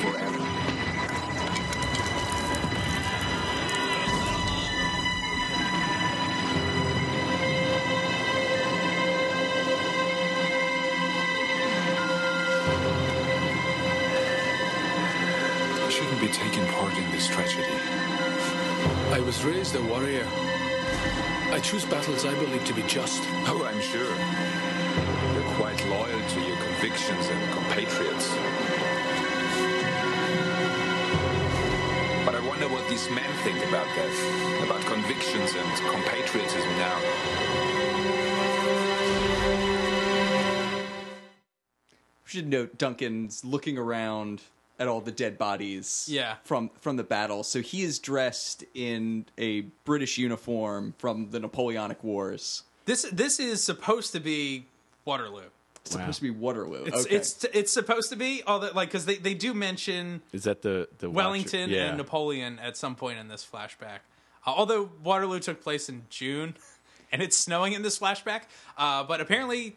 [SPEAKER 9] forever. I shouldn't be taking part in this tragedy.
[SPEAKER 8] I was raised a warrior. I choose battles I believe to be just.
[SPEAKER 9] Oh, I'm sure. You're quite loyal to your convictions and compatriots. But I wonder what these men think about that, about convictions and compatriotism now.
[SPEAKER 4] We should note Duncan's looking around at all the dead bodies
[SPEAKER 3] Yeah.
[SPEAKER 4] from from the battle. So he is dressed in a British uniform from the Napoleonic Wars.
[SPEAKER 3] This this is supposed to be Waterloo.
[SPEAKER 4] It's supposed to be Waterloo.
[SPEAKER 3] It's
[SPEAKER 4] okay.
[SPEAKER 3] it's it's supposed to be all that like because they, they do mention
[SPEAKER 5] Is that the the watcher?
[SPEAKER 3] Wellington
[SPEAKER 5] Yeah.
[SPEAKER 3] and Napoleon at some point in this flashback. Uh, although Waterloo took place in June, and it's snowing in this flashback, uh, but apparently,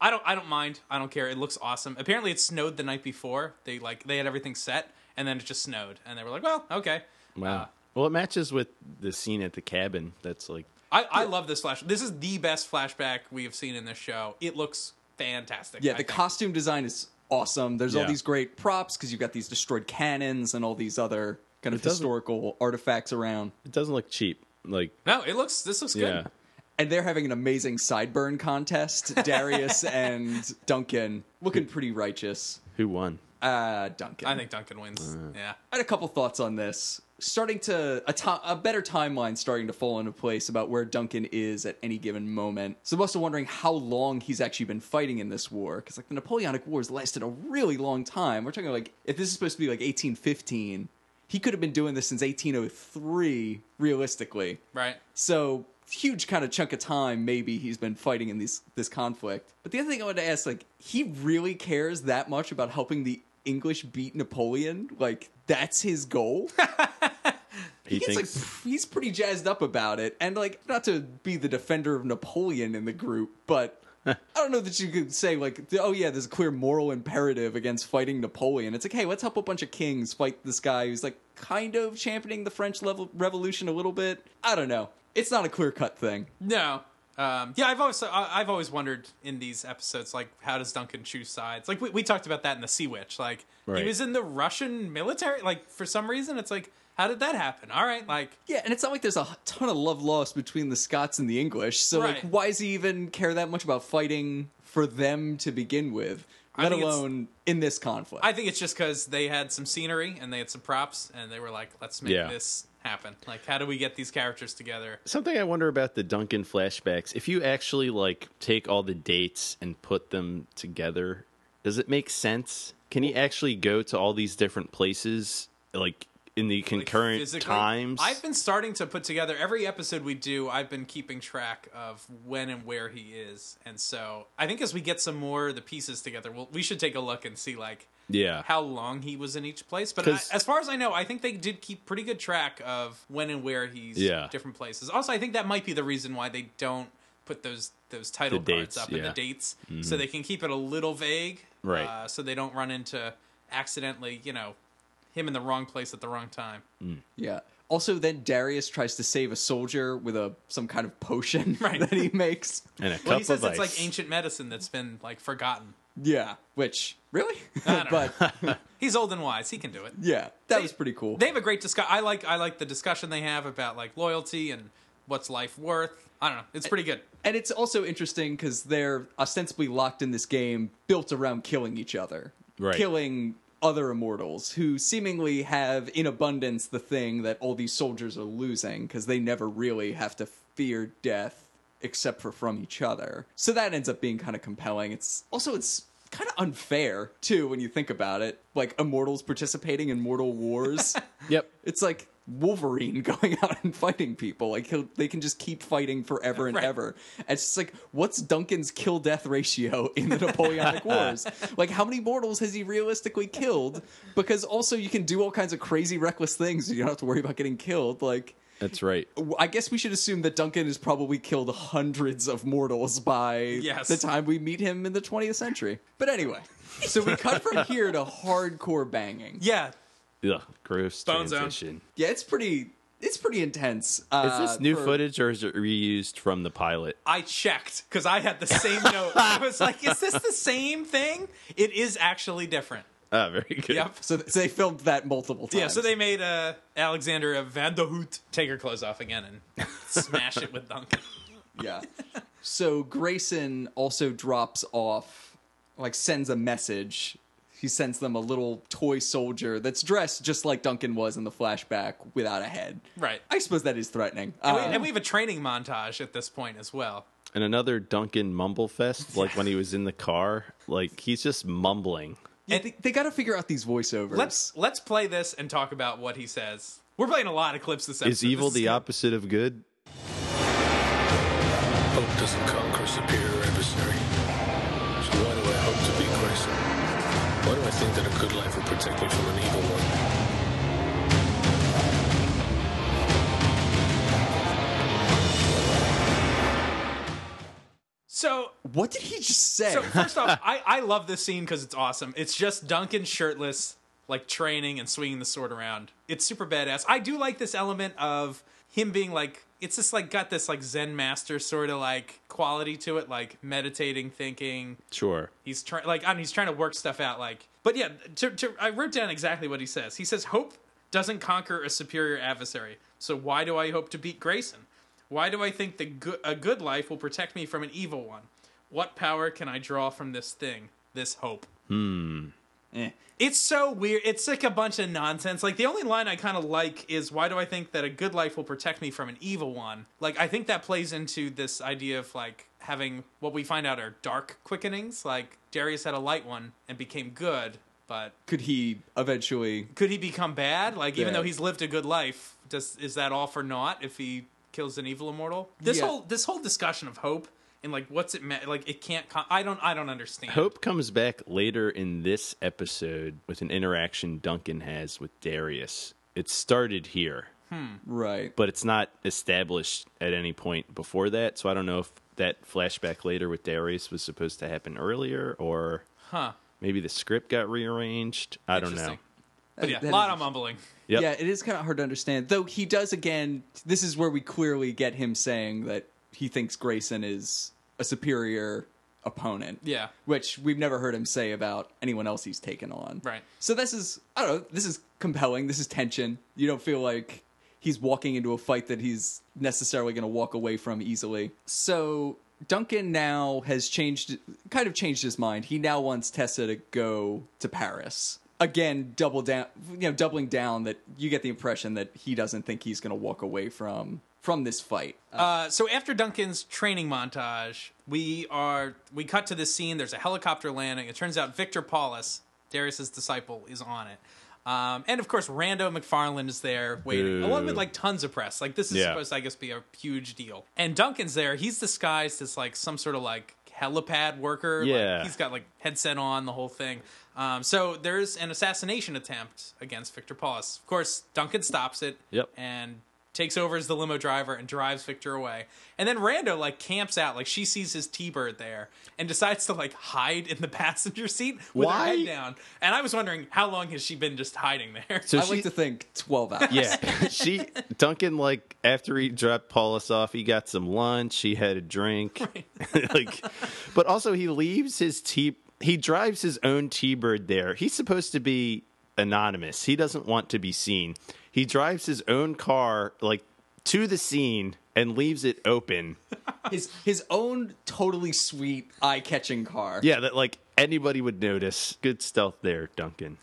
[SPEAKER 3] I don't I don't mind. I don't care. It looks awesome. Apparently, it snowed the night before. They like they had everything set, and then it just snowed, and they were like, well, okay. Ah.
[SPEAKER 5] Wow. well, it matches with the scene at the cabin. That's like
[SPEAKER 3] I, I love this flash. This is the best flashback we have seen in this show. It looks fantastic.
[SPEAKER 4] yeah,
[SPEAKER 3] I
[SPEAKER 4] the
[SPEAKER 3] think.
[SPEAKER 4] costume design is awesome. There's all
[SPEAKER 5] Yeah.
[SPEAKER 4] these great props because you've got these destroyed cannons and all these other kind of
[SPEAKER 5] doesn't-
[SPEAKER 4] historical artifacts around.
[SPEAKER 5] it doesn't look cheap. Like
[SPEAKER 3] No, it looks. This looks good.
[SPEAKER 5] yeah.
[SPEAKER 4] And they're having an amazing sideburn contest. Darius and Duncan looking pretty righteous.
[SPEAKER 5] Who won?
[SPEAKER 4] Uh, Duncan.
[SPEAKER 3] I think Duncan wins. yeah.
[SPEAKER 4] I had a couple thoughts on this. Starting to a, ti- a better timeline starting to fall into place about where Duncan is at any given moment. So I'm also wondering how long he's actually been fighting in this war because like the Napoleonic Wars lasted a really long time. We're talking like if this is supposed to be like 1815, he could have been doing this since 1803 realistically.
[SPEAKER 3] Right.
[SPEAKER 4] So huge kind of chunk of time maybe he's been fighting in this this conflict. But the other thing I wanted to ask, like, he really cares that much about helping the English beat Napoleon? Like, that's his goal?
[SPEAKER 5] He,
[SPEAKER 4] he's
[SPEAKER 5] thinks
[SPEAKER 4] like he's pretty jazzed up about it. And like, not to be the defender of Napoleon in the group, but I don't know that you could say like, oh yeah, there's a clear moral imperative against fighting Napoleon. It's like, hey, let's help a bunch of kings fight this guy who's like kind of championing the French level Revolution a little bit. I don't know. It's not a clear cut thing.
[SPEAKER 3] No. Um, yeah, I've always I, I've always wondered in these episodes like how does Duncan choose sides? Like we, we talked about that in the Sea Witch. Like he
[SPEAKER 5] Right.
[SPEAKER 3] was in the Russian military. Like for some reason, it's like how did that happen? All right, like
[SPEAKER 4] Yeah, and it's not like there's a ton of love lost between the Scots and the English. So
[SPEAKER 3] Right.
[SPEAKER 4] like, why does he even care that much about fighting for them to begin with? Let
[SPEAKER 3] think it's-
[SPEAKER 4] alone in this conflict.
[SPEAKER 3] I think it's just because they had some scenery and they had some props and they were like, let's make
[SPEAKER 5] Yeah.
[SPEAKER 3] this happen. Like how do we get these characters together?
[SPEAKER 5] something I wonder about the Duncan flashbacks. If you actually like take all the dates and put them together, does it make sense? Can he actually go to all these different places like in the
[SPEAKER 3] Like,
[SPEAKER 5] concurrent
[SPEAKER 3] physically.
[SPEAKER 5] times?
[SPEAKER 3] I've been starting to put together every episode we do. I've been keeping track of when and where he is, and so I think as we get some more of the pieces together, we'll, we should take a look and see like
[SPEAKER 5] Yeah.
[SPEAKER 3] how long he was in each place. But I,
[SPEAKER 5] 'Cause-
[SPEAKER 3] as far as I know, I think they did keep pretty good track of when and where he's
[SPEAKER 5] Yeah.
[SPEAKER 3] different places. Also, I think that might be the reason why they don't put those those title
[SPEAKER 5] The
[SPEAKER 3] cards
[SPEAKER 5] dates,
[SPEAKER 3] up and the
[SPEAKER 5] yeah.
[SPEAKER 3] dates, so they can keep it a little vague,
[SPEAKER 5] Right.
[SPEAKER 3] Uh, so they don't run into accidentally, you know. Him in the wrong place at the wrong time.
[SPEAKER 4] Yeah. Also, then Darius tries to save a soldier with a some kind of potion
[SPEAKER 3] Right.
[SPEAKER 4] that he makes.
[SPEAKER 5] and a cup
[SPEAKER 3] Well, he
[SPEAKER 5] of
[SPEAKER 3] says
[SPEAKER 5] ice.
[SPEAKER 3] it's like ancient medicine that's been like forgotten.
[SPEAKER 4] Yeah. Which really,
[SPEAKER 3] I don't
[SPEAKER 4] but
[SPEAKER 3] He's old and wise; he can do it.
[SPEAKER 4] yeah, that
[SPEAKER 3] They-
[SPEAKER 4] was pretty cool.
[SPEAKER 3] They have a great discuss. I like I like the discussion they have about like loyalty and what's life worth. I don't know; it's pretty good.
[SPEAKER 4] and it's also interesting because they're ostensibly locked in this game built around killing each other,
[SPEAKER 5] Right.
[SPEAKER 4] killing other immortals who seemingly have in abundance the thing that all these soldiers are losing because they never really have to fear death except for from each other. So that ends up being kind of compelling. It's also it's kind of unfair too when you think about it. Like immortals participating in mortal wars.
[SPEAKER 10] Yep.
[SPEAKER 4] It's like Wolverine going out and fighting people. Like he'll, they can just keep fighting forever and
[SPEAKER 3] Right.
[SPEAKER 4] ever. And it's just like, what's Duncan's kill death ratio in the Napoleonic Wars? Like, how many mortals has he realistically killed? Because also, you can do all kinds of crazy, reckless things. You don't have to worry about getting killed. Like,
[SPEAKER 5] That's right.
[SPEAKER 4] w- I guess we should assume that Duncan has probably killed hundreds of mortals by
[SPEAKER 3] Yes.
[SPEAKER 4] the time we meet him in the 20th century. But anyway, so we cut from here to hardcore banging.
[SPEAKER 3] Yeah.
[SPEAKER 5] Ugh, gross
[SPEAKER 2] Bones down.
[SPEAKER 5] transition.
[SPEAKER 4] Yeah, it's pretty. It's pretty intense. Uh,
[SPEAKER 5] Is this new
[SPEAKER 4] for-
[SPEAKER 5] footage or is it reused from the pilot?
[SPEAKER 3] I checked because I had the same note. I was like, is this the same thing? It is actually different.
[SPEAKER 5] Ah, very good.
[SPEAKER 3] Yep.
[SPEAKER 4] So, th- so they filmed that multiple times.
[SPEAKER 3] Yeah, so they made uh, Alexander of Vanderhoot take her clothes off again and smash it with Duncan.
[SPEAKER 4] yeah. So Grayson also drops off, like sends a message. He sends them a little toy soldier that's dressed just like Duncan was in the flashback, without a head.
[SPEAKER 3] Right.
[SPEAKER 4] I suppose that is threatening.
[SPEAKER 3] And we-
[SPEAKER 4] Um,
[SPEAKER 3] and we have a training montage at this point as well.
[SPEAKER 5] And another Duncan mumble fest, like when he was in the car, like he's just mumbling.
[SPEAKER 4] Yeah, they, they got to figure out these voiceovers.
[SPEAKER 3] Let's let's play this and talk about what he says. We're playing a lot of clips this episode.
[SPEAKER 5] Is evil
[SPEAKER 3] This
[SPEAKER 5] the opposite of good?
[SPEAKER 8] Hope doesn't conquer a superior adversary. So why do I hope to be Grayson? Why do I think that a good life will protect me from an evil one?
[SPEAKER 3] So
[SPEAKER 4] What did he just say?
[SPEAKER 3] so first off, I I love this scene because it's awesome. It's just Duncan shirtless, like training and swinging the sword around. It's super badass. I do like this element of him being like it's just like got this like Zen master sort of like quality to it, like meditating, thinking.
[SPEAKER 5] Sure.
[SPEAKER 3] He's trying, like, I mean, he's trying to work stuff out. Like, but yeah, to, to, I wrote down exactly what he says. He says, "Hope doesn't conquer a superior adversary. So why do I hope to beat Grayson? Why do I think the good, a good life will protect me from an evil one? What power can I draw from this thing, this hope?" Hmm. It's so weird. It's like a bunch of nonsense. Like the only line I kind of like is, "Why do I think that a good life will protect me from an evil one?" Like I think that plays into this idea of like having what we find out are dark quickenings. Like Darius had a light one and became good, but
[SPEAKER 4] Could he eventually?
[SPEAKER 3] could he become bad? Like even
[SPEAKER 4] Yeah.
[SPEAKER 3] though he's lived a good life, does is that all for naught if he kills an evil immortal? This
[SPEAKER 4] Yeah.
[SPEAKER 3] whole this whole discussion of hope and like what's it meant? Like it can't. Con- I don't. I don't understand.
[SPEAKER 5] Hope comes back later in this episode with an interaction Duncan has with Darius. It started here,
[SPEAKER 4] Right.
[SPEAKER 5] but it's not established at any point before that. So I don't know if that flashback later with Darius was supposed to happen earlier or
[SPEAKER 3] Huh.
[SPEAKER 5] maybe the script got rearranged. I don't know.
[SPEAKER 3] Interesting. But yeah,
[SPEAKER 4] That-
[SPEAKER 3] a
[SPEAKER 4] that
[SPEAKER 3] lot
[SPEAKER 4] is-
[SPEAKER 3] of mumbling.
[SPEAKER 5] Yep.
[SPEAKER 4] Yeah, it is kind of hard to understand. Though he does again. This is where we clearly get him saying that he thinks Grayson is a superior opponent.
[SPEAKER 3] Yeah.
[SPEAKER 4] Which we've never heard him say about anyone else he's taken on.
[SPEAKER 3] Right.
[SPEAKER 4] So this is I don't know. This is compelling. This is tension. You don't feel like he's walking into a fight that he's necessarily going to walk away from easily. So Duncan now has changed, kind of changed his mind. He now wants Tessa to go to Paris again. Double down, you know, doubling down that you get the impression that he doesn't think he's going to walk away from from this fight.
[SPEAKER 3] Uh, so after Duncan's training montage, we are we cut to this scene. There's a helicopter landing. It turns out Victor Paulus, Darius's disciple, is on it. Um, and of course, Rando McFarland is there waiting,
[SPEAKER 5] Boo.
[SPEAKER 3] along with like tons of press. Like this is
[SPEAKER 5] Yeah.
[SPEAKER 3] supposed, to, I guess, be a huge deal. And Duncan's there. He's disguised as like some sort of like helipad worker. Like,
[SPEAKER 5] Yeah.
[SPEAKER 3] he's got like headset on, the whole thing. Um, so there's an assassination attempt against Victor Paulus. Of course, Duncan stops it.
[SPEAKER 5] Yep.
[SPEAKER 3] And takes over as the limo driver and drives Victor away. And then Rando like camps out, like she sees his T-bird there and decides to like hide in the passenger seat with her
[SPEAKER 5] Why?
[SPEAKER 3] head down. And I was wondering how long has she been just hiding there?
[SPEAKER 5] So
[SPEAKER 4] I
[SPEAKER 5] she-
[SPEAKER 4] like to think twelve hours.
[SPEAKER 5] Yeah, she Duncan like after he dropped Paulus off, he got some lunch, he had a drink, like, but also he leaves his T. He drives his own T-bird there. He's supposed to be anonymous. He doesn't want to be seen. He drives his own car like to the scene and leaves it open.
[SPEAKER 4] His his own totally sweet eye catching car.
[SPEAKER 5] Yeah, that like anybody would notice. Good stealth there, Duncan.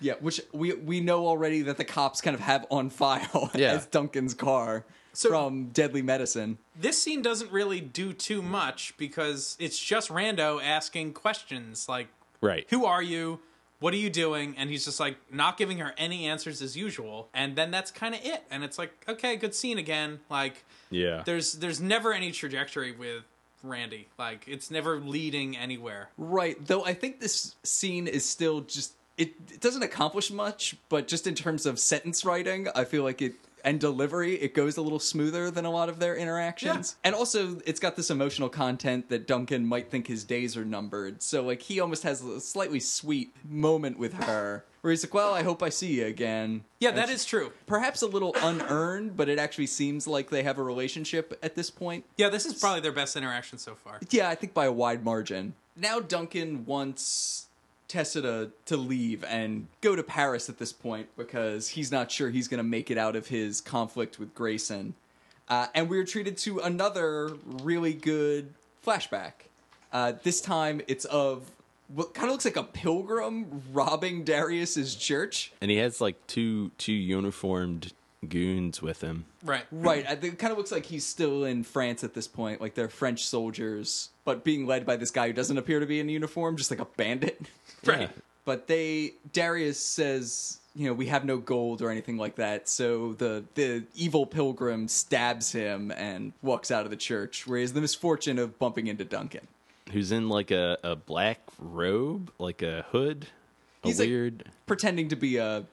[SPEAKER 4] Yeah, which we we know already that the cops kind of have on file
[SPEAKER 5] Yeah.
[SPEAKER 4] as Duncan's car
[SPEAKER 3] So-
[SPEAKER 4] from Deadly Medicine.
[SPEAKER 3] this scene doesn't really do too much because it's just Rando asking questions like,
[SPEAKER 5] Right.
[SPEAKER 3] Who are you? What are you doing? And he's just like not giving her any answers as usual. And then that's kind of it. And it's like, okay, good scene again. Like,
[SPEAKER 5] Yeah.
[SPEAKER 3] there's there's never any trajectory with Randy. Like, it's never leading anywhere.
[SPEAKER 4] Right, though I think this scene is still just it, it doesn't accomplish much, but just in terms of sentence writing, I feel like it and delivery, it goes a little smoother than a lot of their interactions. And also it's got this emotional content that Duncan might think his days are numbered. So like he almost has a slightly sweet moment with her where he's like, "Well, I hope I see you again."
[SPEAKER 3] Yeah,
[SPEAKER 4] And
[SPEAKER 3] that
[SPEAKER 4] she-
[SPEAKER 3] is true.
[SPEAKER 4] perhaps a little unearned, but it actually seems like they have a relationship at this point.
[SPEAKER 3] Yeah, this is probably their best interaction so far.
[SPEAKER 4] Yeah, I think by a wide margin. Now Duncan wants Tessida to leave and go to Paris at this point because he's not sure he's going to make it out of his conflict with Grayson. Uh, and we are treated to another really good flashback. Uh, this time it's of what kind of looks like a pilgrim robbing Darius's church.
[SPEAKER 5] and he has like two two uniformed goons with him.
[SPEAKER 3] Right.
[SPEAKER 4] Right. I think It kind of looks like he's still in France at this point. Like they're French soldiers, but being led by this guy who doesn't appear to be in uniform, just like a bandit.
[SPEAKER 5] Right.
[SPEAKER 4] But they, Darius says, you know, we have no gold or anything like that. So the the evil pilgrim stabs him and walks out of the church, where he has the misfortune of bumping into Duncan.
[SPEAKER 5] Who's in like a, a black robe, like a hood, a
[SPEAKER 4] He's like-
[SPEAKER 5] weird
[SPEAKER 4] Pretending to be a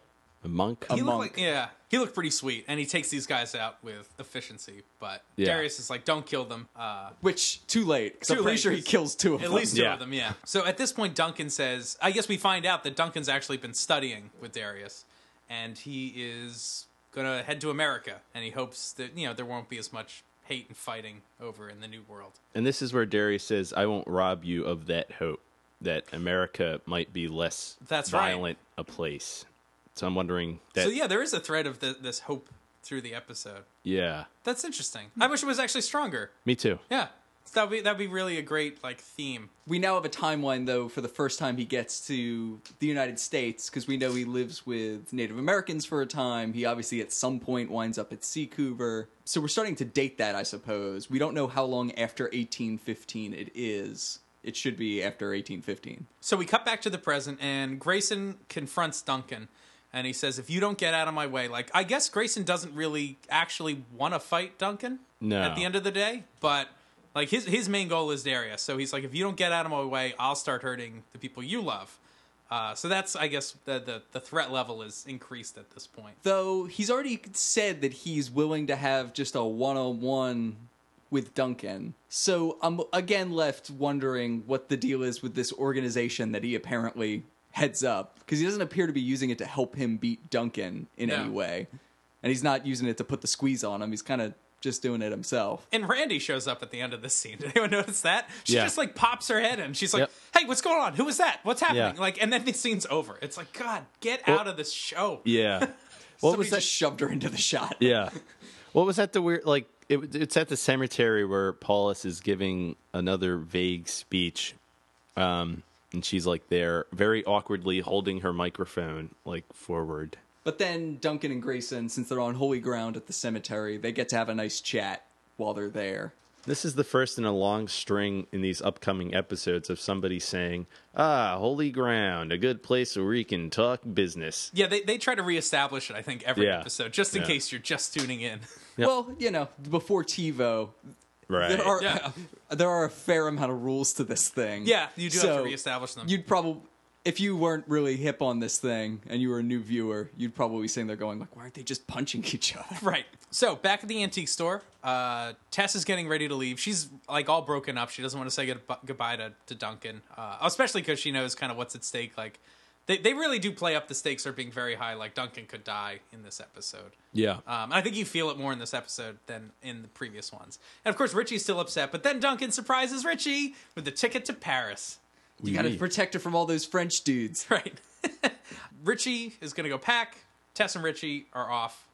[SPEAKER 5] a monk.
[SPEAKER 3] He looked
[SPEAKER 4] monk.
[SPEAKER 3] like yeah, he looked pretty sweet, and he takes these guys out with efficiency. But
[SPEAKER 5] Yeah.
[SPEAKER 3] Darius is like, "Don't kill them." Uh,
[SPEAKER 4] which too late. 'cause I'm
[SPEAKER 3] Too
[SPEAKER 4] pretty
[SPEAKER 3] late.
[SPEAKER 4] sure he kills two of
[SPEAKER 3] At
[SPEAKER 4] them.
[SPEAKER 3] least two
[SPEAKER 5] Yeah.
[SPEAKER 3] of them, yeah. So at this point, Duncan says, I guess we find out that Duncan's actually been studying with Darius, and he is going to head to America, and he hopes that, you know, there won't be as much hate and fighting over in the New World.
[SPEAKER 5] And this is where Darius says, I won't rob you of that hope that America might be less
[SPEAKER 3] That's right.
[SPEAKER 5] violent a place. So I'm wondering that
[SPEAKER 3] so, yeah, there is a thread of the, this hope through the episode.
[SPEAKER 5] yeah.
[SPEAKER 3] That's interesting. I wish it was actually stronger.
[SPEAKER 5] Me too.
[SPEAKER 3] Yeah. That'd be, that'd be really a great, like, theme.
[SPEAKER 4] We now have a timeline, though, for the first time he gets to the United States, because we know he lives with Native Americans for a time. He obviously, at some point, winds up at Seacouver. So we're starting to date that, I suppose. We don't know how long after 1815 it is. It should be after 1815.
[SPEAKER 3] So we cut back to the present, and Grayson confronts Duncan, and he says, "If you don't get out of my way, like I guess Grayson doesn't really actually want to fight Duncan.
[SPEAKER 5] No.
[SPEAKER 3] at the end of the day, but like his his main goal is Darius. So he's like, if you don't get out of my way, I'll start hurting the people you love. Uh, so that's I guess the, the the threat level is increased at this point.
[SPEAKER 4] Though he's already said that he's willing to have just a one on one with Duncan. So I'm again left wondering what the deal is with this organization that he apparently heads up because he doesn't appear to be using it to help him beat Duncan in
[SPEAKER 3] No.
[SPEAKER 4] any way. And he's not using it to put the squeeze on him. He's kind of just doing it himself.
[SPEAKER 3] And Randy shows up at the end of this scene. Did anyone notice that? She
[SPEAKER 5] Yeah.
[SPEAKER 3] just like pops her head in. She's like,
[SPEAKER 5] Yep.
[SPEAKER 3] "Hey, what's going on? Who is that? What's happening?"
[SPEAKER 5] Yeah.
[SPEAKER 3] Like, and then the scene's over. It's like, God, get out of this show.
[SPEAKER 5] Yeah.
[SPEAKER 4] What
[SPEAKER 5] what
[SPEAKER 4] Somebody
[SPEAKER 5] was that?
[SPEAKER 4] just shoved her into the shot.
[SPEAKER 5] yeah. What was that the weird like it, it's at the cemetery where Paulus is giving another vague speech. Um and she's like there very awkwardly holding her microphone like forward.
[SPEAKER 4] But then Duncan and Grayson, since they're on holy ground at the cemetery, they get to have a nice chat while they're there.
[SPEAKER 5] This is the first in a long string in these upcoming episodes of somebody saying, "Ah, holy ground, a good place where we can talk business."
[SPEAKER 3] Yeah, they, they try to reestablish it, I think, every
[SPEAKER 5] Yeah.
[SPEAKER 3] episode, just in
[SPEAKER 5] Yeah.
[SPEAKER 3] case you're just tuning in.
[SPEAKER 4] Well, you know, before TiVo,
[SPEAKER 5] Right.
[SPEAKER 4] there are
[SPEAKER 3] Yeah.
[SPEAKER 4] there are a fair amount of rules to this thing.
[SPEAKER 3] Yeah, you do have to
[SPEAKER 4] So,
[SPEAKER 3] reestablish them.
[SPEAKER 4] You'd probably if you weren't really hip on this thing and you were a new viewer, you'd probably be sitting there going like, "Why aren't they just punching each other?"
[SPEAKER 3] right. So, back at the antique store, uh, Tess is getting ready to leave. She's like all broken up. She doesn't want to say good- goodbye to, to Duncan, uh, especially because she knows kind of what's at stake. Like, they, they really do play up the stakes are being very high. Like, Duncan could die in this episode.
[SPEAKER 5] Yeah.
[SPEAKER 3] Um, I think you feel it more in this episode than in the previous ones. And of course, Richie's still upset, but then Duncan surprises Richie with the ticket to Paris.
[SPEAKER 4] You got to protect her from all those French dudes.
[SPEAKER 3] Right. Richie is going to go pack. Tess and Richie are off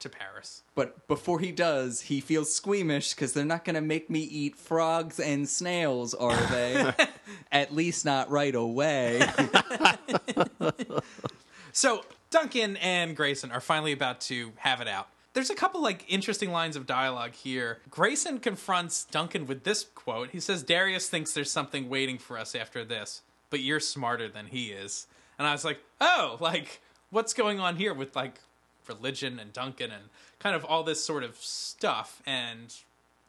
[SPEAKER 3] to Paris.
[SPEAKER 4] But before he does, he feels squeamish because they're not going to make me eat frogs and snails, are they? At least not right away.
[SPEAKER 3] So Duncan and Grayson are finally about to have it out. There's a couple like interesting lines of dialogue here. Grayson confronts Duncan with this quote. He says, "Darius thinks there's something waiting for us after this, but you're smarter than he is." And I was like, "Oh, like what's going on here with like religion and Duncan and kind of all this sort of stuff?" And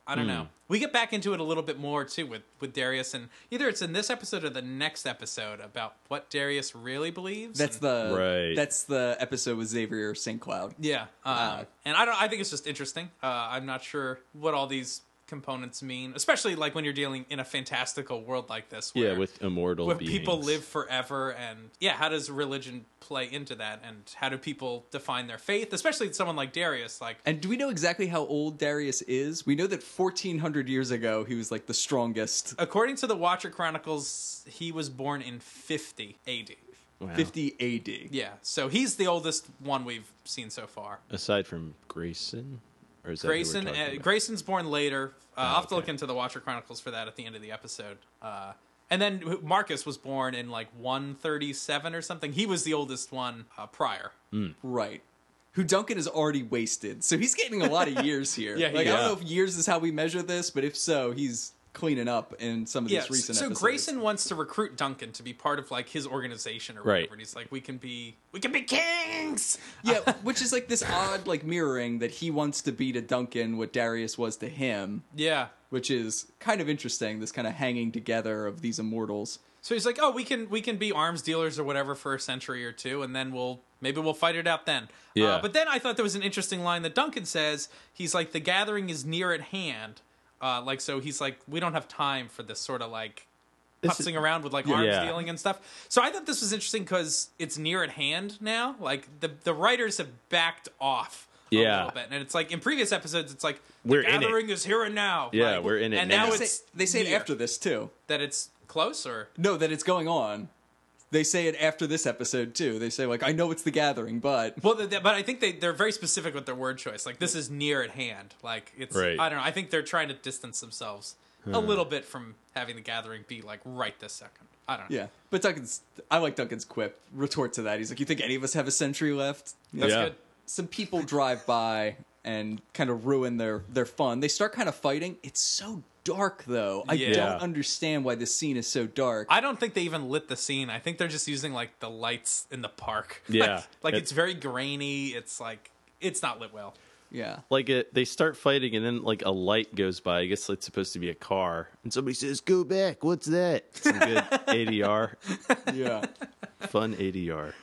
[SPEAKER 3] I don't know. We get back into it a little bit more too with with Darius, and either it's in this episode or the next episode about what Darius really believes.
[SPEAKER 4] That's
[SPEAKER 3] and-
[SPEAKER 4] the
[SPEAKER 5] Right.
[SPEAKER 4] That's the episode with Xavier St. Cloud.
[SPEAKER 3] yeah,
[SPEAKER 5] Uh,
[SPEAKER 3] um, and I don't. I think it's just interesting. Uh, I'm not sure what all these components mean, especially like when you're dealing in a fantastical world like this. Where,
[SPEAKER 5] Yeah, with immortal
[SPEAKER 3] where
[SPEAKER 5] beings.
[SPEAKER 3] people live forever, and yeah, how does religion play into that, and how do people define their faith, especially someone like Darius? Like,
[SPEAKER 4] And do we know exactly how old Darius is? We know that 1400 years ago he was like the strongest.
[SPEAKER 3] according to the Watcher Chronicles, he was born in 50 AD.
[SPEAKER 5] Wow.
[SPEAKER 4] 50 AD.
[SPEAKER 3] Yeah, so he's the oldest one we've seen so far.
[SPEAKER 5] Aside from Grayson, or is that who we're
[SPEAKER 3] Grayson,
[SPEAKER 5] talking
[SPEAKER 3] uh,
[SPEAKER 5] about? Oh,
[SPEAKER 3] Grayson's born later. Uh, I'll have to
[SPEAKER 5] okay.
[SPEAKER 3] look into the Watcher Chronicles for that at the end of the episode. Uh, and then who- Marcus was born in like 137 or something. He was the oldest one uh, prior.
[SPEAKER 5] Mm.
[SPEAKER 4] Right. Who Duncan is already wasted. So he's getting a lot of years here.
[SPEAKER 3] Yeah, he
[SPEAKER 4] like, I
[SPEAKER 3] is.
[SPEAKER 4] don't know if years is how we measure this, but if so, he's cleaning up in some of
[SPEAKER 3] Yeah.
[SPEAKER 4] these recent
[SPEAKER 3] so
[SPEAKER 4] episodes.
[SPEAKER 3] Grayson wants to recruit Duncan to be part of like his organization or whatever.
[SPEAKER 5] Right.
[SPEAKER 3] And he's like, we can be, we can be kings.
[SPEAKER 4] Yeah, which is like this odd like mirroring that he wants to be to Duncan what Darius was to him,
[SPEAKER 3] Yeah.
[SPEAKER 4] which is kind of interesting, this kind of hanging together of these immortals.
[SPEAKER 3] So he's like, oh, we can we can be arms dealers or whatever for a century or two, and then we'll maybe we'll fight it out then.
[SPEAKER 5] Yeah.
[SPEAKER 3] Uh, but then I thought there was an interesting line that Duncan says. He's like, the gathering is near at hand. Uh, like so, he's like, we don't have time for this sort of like
[SPEAKER 5] This is-
[SPEAKER 3] putzing around with like arms
[SPEAKER 5] Yeah.
[SPEAKER 3] dealing and stuff. So I thought this was interesting because it's near at hand now. Like the the writers have backed off.
[SPEAKER 5] Yeah.
[SPEAKER 3] A little bit. And it's like in previous episodes, it's like the
[SPEAKER 5] We're in it.
[SPEAKER 3] gathering is here and now.
[SPEAKER 5] Yeah,
[SPEAKER 3] Like,
[SPEAKER 5] we're in it
[SPEAKER 3] And
[SPEAKER 5] now.
[SPEAKER 3] now
[SPEAKER 4] They
[SPEAKER 3] it's
[SPEAKER 4] say, they say it
[SPEAKER 3] near.
[SPEAKER 4] after this too.
[SPEAKER 3] that it's close or
[SPEAKER 4] No, that it's going on. They say it after this episode too. They say like, I know it's the gathering, but
[SPEAKER 3] Well, th th- but I think they they're very specific with their word choice. Like this is near at hand. Like it's
[SPEAKER 5] Right.
[SPEAKER 3] I don't know. I think they're trying to distance themselves a little bit from having the gathering be like right this second. I don't know.
[SPEAKER 4] yeah. But Duncan's, I like Duncan's quip retort to that. He's like, you think any of us have a century left?
[SPEAKER 3] that's
[SPEAKER 5] Yeah.
[SPEAKER 3] good.
[SPEAKER 4] some people drive by and kind of ruin their their fun. They start kind of fighting. It's so dark though. I
[SPEAKER 3] Yeah.
[SPEAKER 4] don't understand why this scene is so dark.
[SPEAKER 3] I don't think they even lit the scene. I think they're just using like the lights in the park.
[SPEAKER 5] Yeah.
[SPEAKER 3] like, like,
[SPEAKER 5] It-
[SPEAKER 3] it's very grainy. It's like it's not lit well.
[SPEAKER 4] yeah.
[SPEAKER 5] like a, they start fighting and then like a light goes by. I guess it's supposed to be a car, and somebody says, "Go back! What's that?" Some good ADR,
[SPEAKER 4] Yeah.
[SPEAKER 5] fun ADR.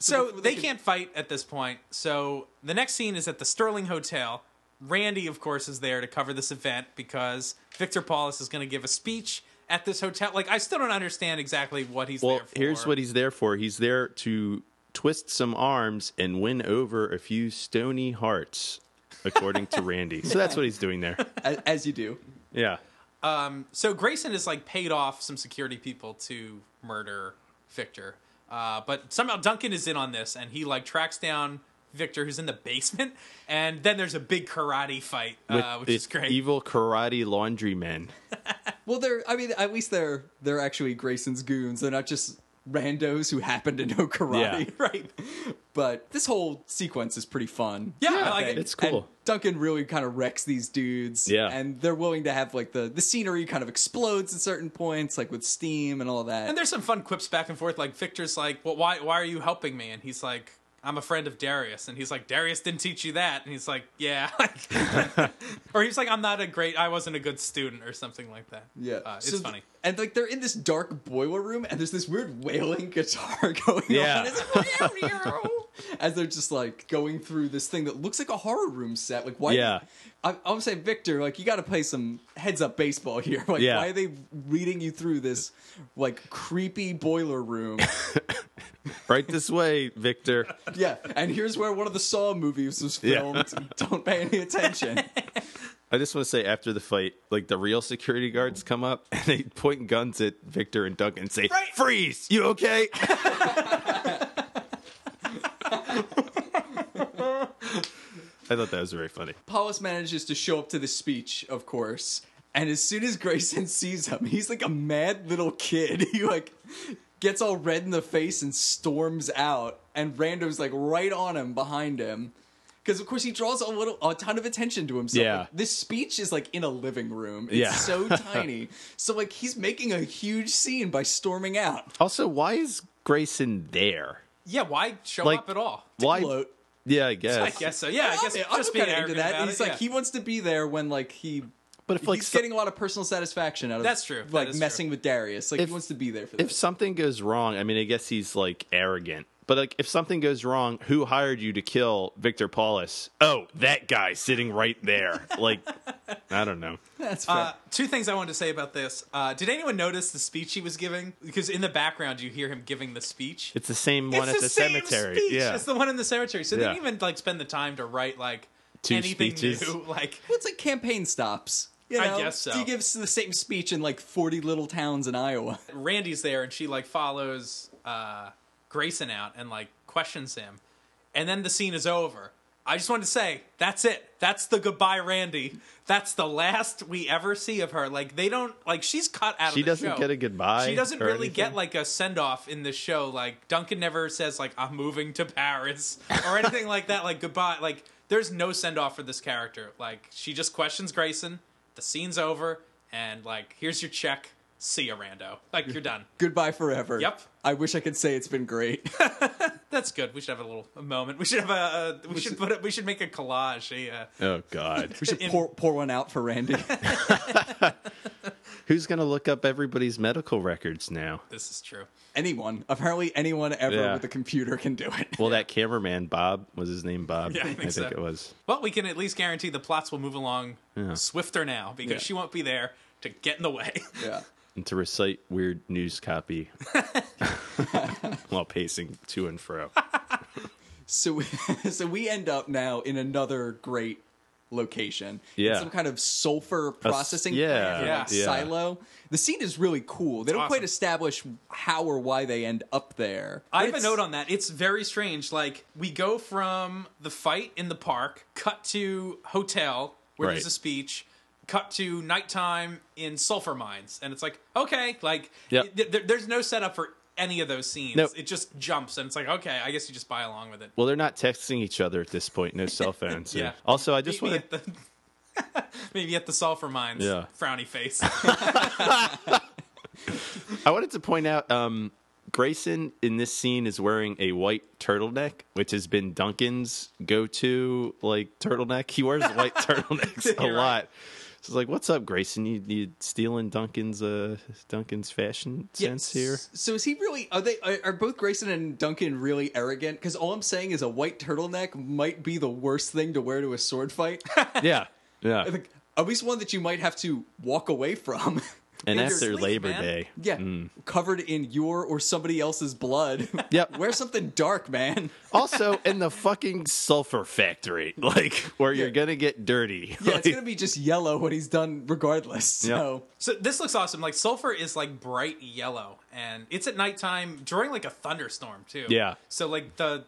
[SPEAKER 3] So they can't fight at this point. So the next scene is at the Sterling Hotel. Randy, of course, is there to cover this event because Victor Paulus is going to give a speech at this hotel. Like, I still don't understand exactly what he's
[SPEAKER 5] Well,
[SPEAKER 3] there for.
[SPEAKER 5] here's what he's there for. He's there to twist some arms and win over a few stony hearts, according to Randy. So that's what he's doing there.
[SPEAKER 4] as, as you do.
[SPEAKER 5] Yeah.
[SPEAKER 3] So Grayson is like paid off some security people to murder Victor, uh, but somehow Duncan is in on this, and he like tracks down Victor, who's in the basement, and then there's a big karate fight, uh,
[SPEAKER 5] With
[SPEAKER 3] which is
[SPEAKER 5] its
[SPEAKER 3] great.
[SPEAKER 5] Evil karate laundry men.
[SPEAKER 4] Well, they're I mean, at least they're they're actually Grayson's goons. They're not just randos who happen to know karate,
[SPEAKER 5] Yeah.
[SPEAKER 4] right? But this whole sequence is pretty fun.
[SPEAKER 3] Yeah,
[SPEAKER 4] I
[SPEAKER 3] I like
[SPEAKER 4] think.
[SPEAKER 3] it.
[SPEAKER 5] It's cool.
[SPEAKER 4] And Duncan really kind of wrecks these dudes.
[SPEAKER 5] Yeah.
[SPEAKER 4] And they're willing to have like the the scenery kind of explodes at certain points, like with steam and all that.
[SPEAKER 3] And there's some fun quips back and forth. Like Victor's like, "Well, why why are you helping me?" And he's like, "I'm a friend of Darius." And he's like, "Darius didn't teach you that." And he's like, "Yeah." or he's like, "I'm not a great. I wasn't a good student," or something like that.
[SPEAKER 4] Yeah,
[SPEAKER 3] uh, it's
[SPEAKER 4] So th-
[SPEAKER 3] funny.
[SPEAKER 4] and like they're in this dark boiler room, and there's this weird wailing guitar going
[SPEAKER 5] Yeah.
[SPEAKER 4] on. It's like, as they're just like going through this thing that looks like a horror room set. Like why?
[SPEAKER 5] Yeah.
[SPEAKER 4] I, I'm saying Victor, like you got to play some heads up baseball here. Like
[SPEAKER 5] Yeah.
[SPEAKER 4] why are they reading you through this like creepy boiler room?
[SPEAKER 5] Right this way, Victor.
[SPEAKER 4] yeah, and here's where one of the Saw movies was
[SPEAKER 5] Yeah.
[SPEAKER 4] filmed. Don't pay any attention.
[SPEAKER 5] I just want to say after the fight, like the real security guards come up and they point guns at Victor and Duncan and say,
[SPEAKER 3] Right.
[SPEAKER 5] Freeze! You okay? I thought that was very funny.
[SPEAKER 4] Paulus manages to show up to the speech, of course, and as soon as Grayson sees him, he's like a mad little kid. He like gets all red in the face and storms out, and Random's like right on him behind him. Because of course he draws a little a ton of attention to himself.
[SPEAKER 5] Yeah.
[SPEAKER 4] Like, this speech is like in a living room. It's
[SPEAKER 5] Yeah.
[SPEAKER 4] so tiny. So like he's making a huge scene by storming out.
[SPEAKER 5] Also, why is Grayson there?
[SPEAKER 3] Yeah, why show
[SPEAKER 5] Like,
[SPEAKER 3] up at all?
[SPEAKER 5] Why?
[SPEAKER 4] Gloat.
[SPEAKER 5] Yeah, I guess.
[SPEAKER 3] I guess so. Yeah, I, guess
[SPEAKER 4] I'm
[SPEAKER 3] just being
[SPEAKER 4] kind of
[SPEAKER 3] arrogant
[SPEAKER 4] into that.
[SPEAKER 3] about
[SPEAKER 4] he's
[SPEAKER 3] it,
[SPEAKER 4] like
[SPEAKER 3] yeah.
[SPEAKER 4] he wants to be there when like he
[SPEAKER 5] But if like
[SPEAKER 4] he's
[SPEAKER 5] so-
[SPEAKER 4] getting a lot of personal satisfaction out of
[SPEAKER 3] That's true. That
[SPEAKER 4] Like
[SPEAKER 3] is
[SPEAKER 4] messing with Darius, like
[SPEAKER 5] If-
[SPEAKER 4] he wants to be there for
[SPEAKER 5] if
[SPEAKER 4] this.
[SPEAKER 5] something goes wrong, I mean, I guess he's like arrogant. But like, if something goes wrong, who hired you to kill Victor Paulus? Oh, that guy sitting right there. Like, I don't know.
[SPEAKER 4] That's fair.
[SPEAKER 3] Uh, two things I wanted to say about this. Uh, did anyone notice the speech he was giving? Because in the background, you hear him giving the speech.
[SPEAKER 5] It's the same one at the,
[SPEAKER 3] same
[SPEAKER 5] cemetery.
[SPEAKER 3] Speech
[SPEAKER 5] yeah,
[SPEAKER 3] it's the one in the cemetery. So
[SPEAKER 5] Yeah.
[SPEAKER 3] they didn't even like spend the time to write like
[SPEAKER 5] Two
[SPEAKER 3] anything
[SPEAKER 5] speeches.
[SPEAKER 3] new. Like
[SPEAKER 4] Well, it's like campaign stops. You
[SPEAKER 3] I
[SPEAKER 4] know?
[SPEAKER 3] guess so.
[SPEAKER 4] He gives the same speech in like 40 little towns in Iowa.
[SPEAKER 3] Randy's there and she like follows uh, Grayson out and like questions him, and then the scene is over. I just wanted to say that's it. That's the goodbye, Randy. That's the last we ever see of her. Like they don't like she's cut out.
[SPEAKER 5] She
[SPEAKER 3] of the
[SPEAKER 5] doesn't
[SPEAKER 3] show.
[SPEAKER 5] get a goodbye
[SPEAKER 3] She doesn't
[SPEAKER 5] or
[SPEAKER 3] really get
[SPEAKER 5] anything?
[SPEAKER 3] like a send off in the show. Like Duncan never says like I'm moving to Paris or anything like that. Like goodbye. Like there's no send off for this character. Like she just questions Grayson. The scene's over, and like here's your check. See ya, Rando. Like you're done.
[SPEAKER 4] Goodbye forever.
[SPEAKER 3] Yep.
[SPEAKER 4] I wish I could say it's been great.
[SPEAKER 3] That's good. We should have a little a moment. We should have a. Uh, we should put. A, we should make a collage. A, uh,
[SPEAKER 5] Oh God,
[SPEAKER 4] We should pour, pour one out for Randy.
[SPEAKER 5] who's gonna look up everybody's medical records now?
[SPEAKER 3] this is true.
[SPEAKER 4] anyone. Apparently, anyone ever
[SPEAKER 5] Yeah.
[SPEAKER 4] with a computer can do it.
[SPEAKER 5] Well, that cameraman Bob was his name. Bob,
[SPEAKER 3] Yeah, I think so.
[SPEAKER 5] it was.
[SPEAKER 3] But we can at least guarantee the plots will move along swifter now because
[SPEAKER 4] Yeah.
[SPEAKER 3] she won't be there to get in the way.
[SPEAKER 4] yeah.
[SPEAKER 5] And to recite weird news copy while pacing to and fro.
[SPEAKER 4] So, we- so we end up now in another great location. In
[SPEAKER 5] Yeah.
[SPEAKER 4] some kind of sulfur processing
[SPEAKER 5] yeah,
[SPEAKER 4] plant or, like,
[SPEAKER 3] yeah.
[SPEAKER 4] silo. The scene is really cool. They don't quite
[SPEAKER 3] awesome.
[SPEAKER 4] establish how or why they end up there.
[SPEAKER 3] I
[SPEAKER 4] but
[SPEAKER 3] have a
[SPEAKER 4] it's-
[SPEAKER 3] note on that. It's very strange. Like we go from the fight in the park, cut to hotel where
[SPEAKER 5] Right.
[SPEAKER 3] there's a speech, cut to nighttime in sulfur mines, and it's like okay, like
[SPEAKER 5] Yep.
[SPEAKER 3] it- there- there's no setup for any of those scenes.
[SPEAKER 5] Nope.
[SPEAKER 3] It just jumps, and it's like okay, I guess you just buy along with it.
[SPEAKER 5] Well, they're not texting each other at this point. No cell phones.
[SPEAKER 3] Yeah.
[SPEAKER 5] Also, I just
[SPEAKER 3] Meet me
[SPEAKER 5] want to
[SPEAKER 3] at the maybe at the sulfur mines.
[SPEAKER 5] Yeah.
[SPEAKER 3] Frowny face.
[SPEAKER 5] I wanted to point out um, Grayson in this scene is wearing a white turtleneck, which has been Duncan's go-to like turtleneck. He wears white turtlenecks a
[SPEAKER 3] You're right.
[SPEAKER 5] lot. So it's like, what's up, Grayson? You, you stealing Duncan's uh, Duncan's fashion sense here?
[SPEAKER 4] So is he really? Are they? Are, are both Grayson and Duncan really arrogant? Because all I'm saying is a white turtleneck might be the worst thing to wear to a sword fight.
[SPEAKER 5] Yeah, yeah.
[SPEAKER 4] Like, At least one that you might have to walk away from.
[SPEAKER 5] And
[SPEAKER 3] You're
[SPEAKER 5] after
[SPEAKER 3] sleek,
[SPEAKER 5] Labor
[SPEAKER 3] man.
[SPEAKER 5] Day,
[SPEAKER 4] yeah, covered in your or somebody else's blood.
[SPEAKER 5] Yep.
[SPEAKER 4] Wear something dark, man.
[SPEAKER 5] also in the fucking sulfur factory, like where you're
[SPEAKER 4] Yeah.
[SPEAKER 5] gonna get dirty.
[SPEAKER 4] Yeah, it's gonna be just yellow when he's done, regardless. So
[SPEAKER 3] So this looks awesome. Like sulfur is like bright yellow, and it's at nighttime during like a thunderstorm too.
[SPEAKER 5] Yeah.
[SPEAKER 3] So like the,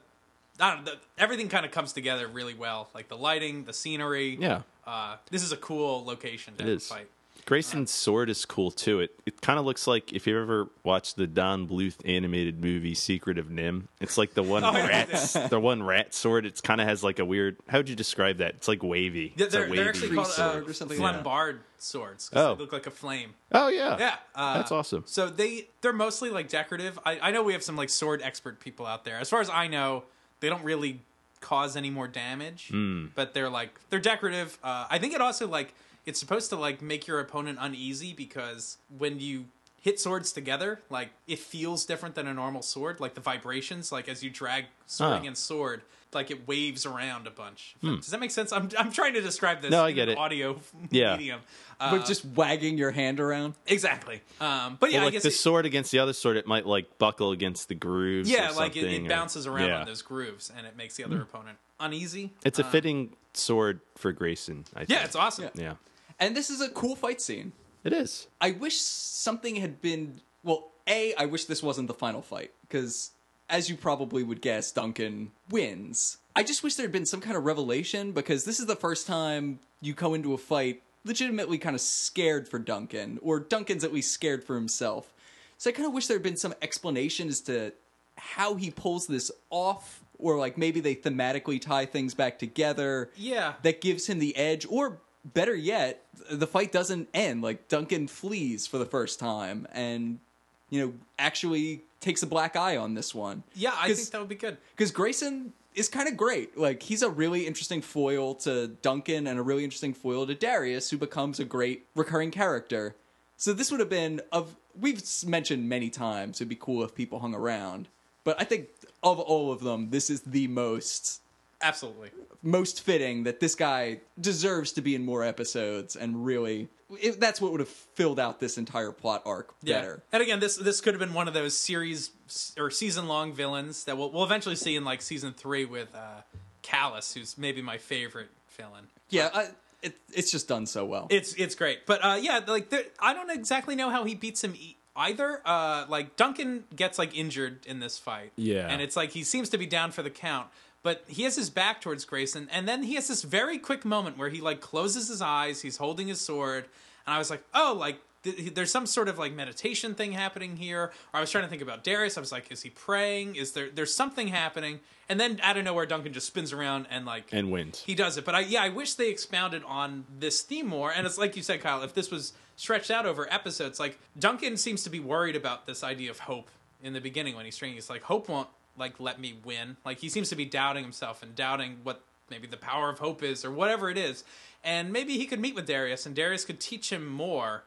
[SPEAKER 3] I don't know, the, everything kind of comes together really well. Like the lighting, the scenery.
[SPEAKER 5] Yeah.
[SPEAKER 3] Uh, this is a cool location to
[SPEAKER 5] It
[SPEAKER 3] have a
[SPEAKER 5] is.
[SPEAKER 3] fight.
[SPEAKER 5] Grayson's sword is cool too. It it kind of looks like if you ever watched the Don Bluth animated movie Secret of Nim. It's like the one
[SPEAKER 3] Oh, yeah,
[SPEAKER 5] rat's the one rat sword. It's kind of has like a weird. How would you describe that? It's like wavy.
[SPEAKER 3] Yeah,
[SPEAKER 5] It's a
[SPEAKER 3] they're,
[SPEAKER 5] wavy
[SPEAKER 3] they're actually called uh,
[SPEAKER 4] sword or something like that.
[SPEAKER 3] flambard swords. 'cause
[SPEAKER 5] Oh.
[SPEAKER 3] They look like a flame.
[SPEAKER 5] oh yeah,
[SPEAKER 3] Yeah, uh,
[SPEAKER 5] That's awesome.
[SPEAKER 3] So they they're mostly like decorative. I, I know we have some like sword expert people out there. As far as I know, they don't really cause any more damage.
[SPEAKER 5] Hmm.
[SPEAKER 3] But they're like they're decorative. Uh, I think it also like it's supposed to like make your opponent uneasy because when you hit swords together, like it feels different than a normal sword. Like the vibrations, like as you drag sword
[SPEAKER 5] Oh.
[SPEAKER 3] against sword, like it waves around a bunch. Does that make sense? I'm I'm trying to describe this.
[SPEAKER 5] Hmm. No, I
[SPEAKER 3] in
[SPEAKER 5] get
[SPEAKER 3] an
[SPEAKER 5] it.
[SPEAKER 3] Audio
[SPEAKER 5] Yeah.
[SPEAKER 3] medium. Uh,
[SPEAKER 4] but just wagging your hand around.
[SPEAKER 3] Exactly. Um, but yeah,
[SPEAKER 5] Well,
[SPEAKER 3] I
[SPEAKER 5] like
[SPEAKER 3] guess
[SPEAKER 5] the
[SPEAKER 3] it-
[SPEAKER 5] sword against the other sword, it might like buckle against the grooves.
[SPEAKER 3] Yeah,
[SPEAKER 5] or
[SPEAKER 3] like it,
[SPEAKER 5] something,
[SPEAKER 3] it
[SPEAKER 5] or-
[SPEAKER 3] bounces around
[SPEAKER 5] yeah. Mm.
[SPEAKER 3] on those grooves and it makes the other opponent uneasy.
[SPEAKER 5] It's a fitting sword for Grayson. I think.
[SPEAKER 3] yeah, it's awesome.
[SPEAKER 5] yeah,
[SPEAKER 4] And this is a cool fight scene.
[SPEAKER 5] it is.
[SPEAKER 4] I wish something had been well. A, I wish this wasn't the final fight because as you probably would guess, Duncan wins. I just wish there had been some kind of revelation because this is the first time you go into a fight legitimately kind of scared for Duncan, or Duncan's at least scared for himself. So I kind of wish there had been some explanation as to how he pulls this off, or like maybe they thematically tie things back together.
[SPEAKER 3] Yeah.
[SPEAKER 4] That gives him the edge, or better yet, the fight doesn't end. Like Duncan flees for the first time and, you know, actually takes a black eye on this one.
[SPEAKER 3] Yeah, I
[SPEAKER 4] 'Cause-
[SPEAKER 3] think that would be good.
[SPEAKER 4] because Grayson is kind of great. Like he's a really interesting foil to Duncan and a really interesting foil to Darius, who becomes a great recurring character. So this would have been of we've s- mentioned many times. It'd be cool if people hung around, but I think of all of them, this is the most
[SPEAKER 3] Absolutely.
[SPEAKER 4] most fitting that this guy deserves to be in more episodes and really it, that's what would have filled out this entire plot arc
[SPEAKER 3] Yeah.
[SPEAKER 4] better.
[SPEAKER 3] And again, this this could have been one of those series or season long villains that we'll, we'll eventually see in like season three with uh, Callus, who's maybe my favorite villain.
[SPEAKER 4] Yeah, I, it, it's just done so well.
[SPEAKER 3] It's it's great, but uh, yeah, like there, I don't exactly know how he beats him e- either. Uh, like Duncan gets like injured in this fight,
[SPEAKER 5] Yeah.
[SPEAKER 3] and it's like he seems to be down for the count, but he has his back towards Grayson, and then he has this very quick moment where he like closes his eyes, he's holding his sword, and I was like, oh, like th- there's some sort of like meditation thing happening here. Or I was trying to think about Darius. I was like, is he praying? Is there there's something happening? And then out of nowhere, Duncan just spins around and like
[SPEAKER 5] and wins.
[SPEAKER 3] he does it. But I yeah, I wish they expounded on this theme more. And it's like you said, Kyle, if this was stretched out over episodes, like Duncan seems to be worried about this idea of hope in the beginning when he's training. He's like, hope won't like let me win. Like he seems to be doubting himself and doubting what maybe the power of hope is or whatever it is. And maybe he could meet with Darius and Darius could teach him more.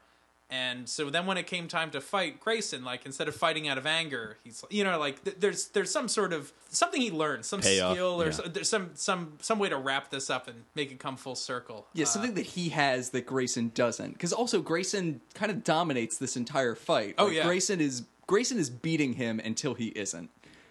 [SPEAKER 3] And so then when it came time to fight Grayson, like instead of fighting out of anger, he's you know like th- there's there's some sort of something he learned, some
[SPEAKER 5] Payoff,
[SPEAKER 3] skill or
[SPEAKER 5] yeah.
[SPEAKER 3] so- there's some some some way to wrap this up and make it come full circle.
[SPEAKER 4] Yeah, something that he has that Grayson doesn't. Because also Grayson kind of dominates this entire fight.
[SPEAKER 3] Oh, yeah.
[SPEAKER 4] Grayson is Grayson is beating him until he isn't.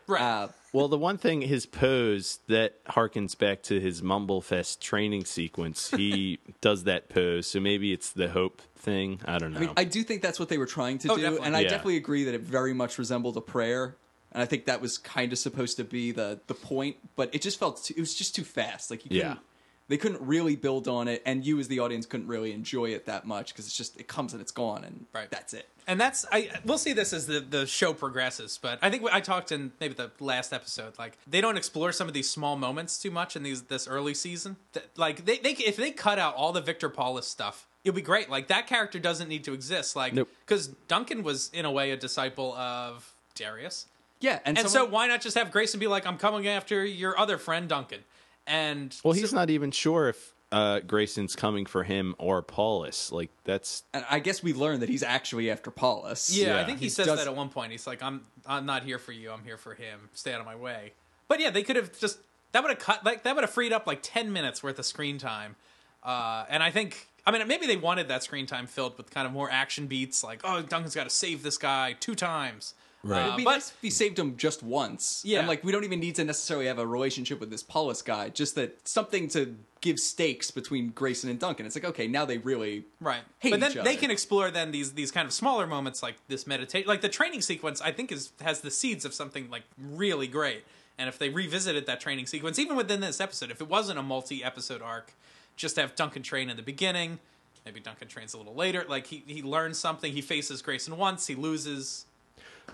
[SPEAKER 3] Right.
[SPEAKER 4] Uh,
[SPEAKER 5] Well, the one thing, his pose that harkens back to his Mumblefest training sequence. He does that pose, so maybe it's the hope thing. I don't know.
[SPEAKER 4] I mean, I do think that's what they were trying to
[SPEAKER 3] Oh,
[SPEAKER 4] do,
[SPEAKER 3] definitely.
[SPEAKER 4] and I
[SPEAKER 5] Yeah.
[SPEAKER 4] definitely agree that it very much resembled a prayer. And I think that was kind of supposed to be the the point, but it just felt too, it was just too fast. Like you
[SPEAKER 5] Yeah.
[SPEAKER 4] couldn't, they couldn't really build on it, and you as the audience couldn't really enjoy it that much because it's just it comes and it's gone, and
[SPEAKER 3] Right.
[SPEAKER 4] that's it.
[SPEAKER 3] and that's I we'll see this as the the show progresses, but I think I talked in maybe the last episode like they don't explore some of these small moments too much in these this early season. Th- Like they they if they cut out all the Victor Paulus stuff, it'll be great. Like that character doesn't need to exist like
[SPEAKER 5] Nope.
[SPEAKER 3] cuz Duncan was in a way a disciple of Darius.
[SPEAKER 4] Yeah, and,
[SPEAKER 3] And
[SPEAKER 4] someone-
[SPEAKER 3] so why not just have Grayson be like I'm coming after your other friend Duncan. And
[SPEAKER 5] well, he's not even sure if uh, Grayson's coming for him or Paulus. Like that's
[SPEAKER 4] and I guess we learned that he's actually after Paulus.
[SPEAKER 3] Yeah, I think he, says
[SPEAKER 4] does-
[SPEAKER 3] that at one point. He's like, "I'm I'm not here for you. I'm here for him. Stay out of my way." But yeah, they could have just that would have cut like that would have freed up like ten minutes worth of screen time. Uh, and I think I mean maybe they wanted that screen time filled with kind of more action beats, like oh Duncan's got to save this guy two times.
[SPEAKER 5] Right.
[SPEAKER 3] Uh,
[SPEAKER 4] It'd be
[SPEAKER 3] but
[SPEAKER 4] nice if he saved him just once.
[SPEAKER 3] Yeah.
[SPEAKER 4] And like we don't even need to necessarily have a relationship with this Paulus guy, just that something to give stakes between Grayson and Duncan. It's like, okay, now they really
[SPEAKER 3] right,
[SPEAKER 4] hate
[SPEAKER 3] but then
[SPEAKER 4] each other.
[SPEAKER 3] they can explore then these these kind of smaller moments like this meditation, like the training sequence. I think is has the seeds of something like really great. And if they revisited that training sequence, even within this episode, if it wasn't a multi episode arc, just have Duncan train in the beginning. Maybe Duncan trains a little later. Like he, he learns something. He faces Grayson once. He loses.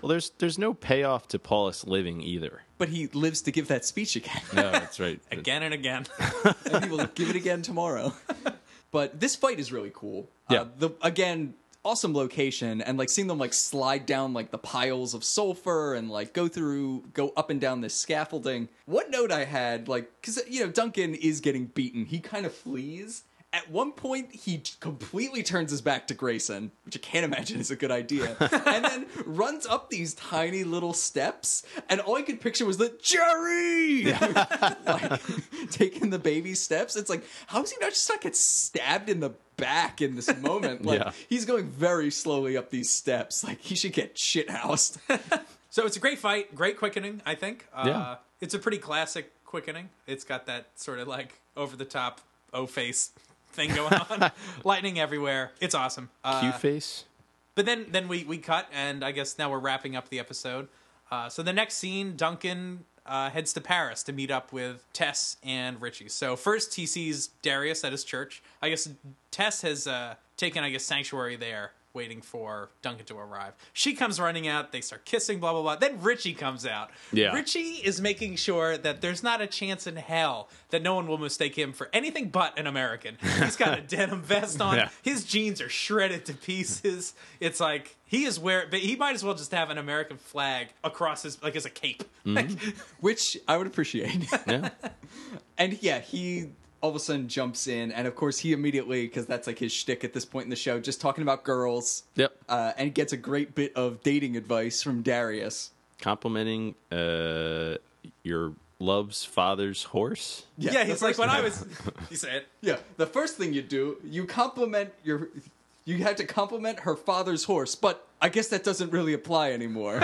[SPEAKER 5] well, there's there's no payoff to Paulus living either.
[SPEAKER 4] But he lives to give that speech again.
[SPEAKER 5] No, that's right.
[SPEAKER 3] Again and again.
[SPEAKER 4] and he will give it again tomorrow. but this fight is really cool.
[SPEAKER 5] Yeah.
[SPEAKER 4] Uh, the again, awesome location and like seeing them like slide down like the piles of sulfur and like go through go up and down this scaffolding. One note I had like cuz you know Duncan is getting beaten. He kind of flees. At one point, he t- completely turns his back to Grayson, which I can't imagine is a good idea, and then runs up these tiny little steps. And all I could picture was the Jerry! like taking the baby steps. It's like, how is he not just not get stabbed in the back in this moment? Like
[SPEAKER 5] Yeah.
[SPEAKER 4] he's going very slowly up these steps. Like he should get shit housed.
[SPEAKER 3] So it's a great fight, great quickening, I think. Uh,
[SPEAKER 5] Yeah.
[SPEAKER 3] It's a pretty classic quickening. It's got that sort of like over the top O face thing going on, lightning everywhere. It's awesome. Uh,
[SPEAKER 5] Q face.
[SPEAKER 3] but then then we we cut, and I guess now we're wrapping up the episode. Uh, so the next scene, Duncan uh, heads to Paris to meet up with Tess and Richie. So first he sees Darius at his church. I guess Tess has uh, taken, I guess, sanctuary there, waiting for Duncan to arrive. She comes running out. They start kissing, blah, blah, blah. Then Richie comes out.
[SPEAKER 5] Yeah.
[SPEAKER 3] Richie is making sure that there's not a chance in hell that no one will mistake him for anything but an American. He's got a denim vest on.
[SPEAKER 5] Yeah.
[SPEAKER 3] His jeans are shredded to pieces. It's like he is where, but he might as well just have an American flag across his like as a cape. Like,
[SPEAKER 4] which I would appreciate.
[SPEAKER 5] Yeah.
[SPEAKER 4] and yeah, he all of a sudden jumps in, and of course he immediately, because that's like his shtick at this point in the show, just talking about girls.
[SPEAKER 5] Yep.
[SPEAKER 4] Uh, and gets a great bit of dating advice from Darius.
[SPEAKER 5] Complimenting uh, your love's father's horse.
[SPEAKER 3] yeah,
[SPEAKER 4] the
[SPEAKER 3] he's like
[SPEAKER 4] first-
[SPEAKER 3] when I was. He said,
[SPEAKER 4] Yeah, the first thing you do, you compliment your. You have to compliment her father's horse, but I guess that doesn't really apply anymore.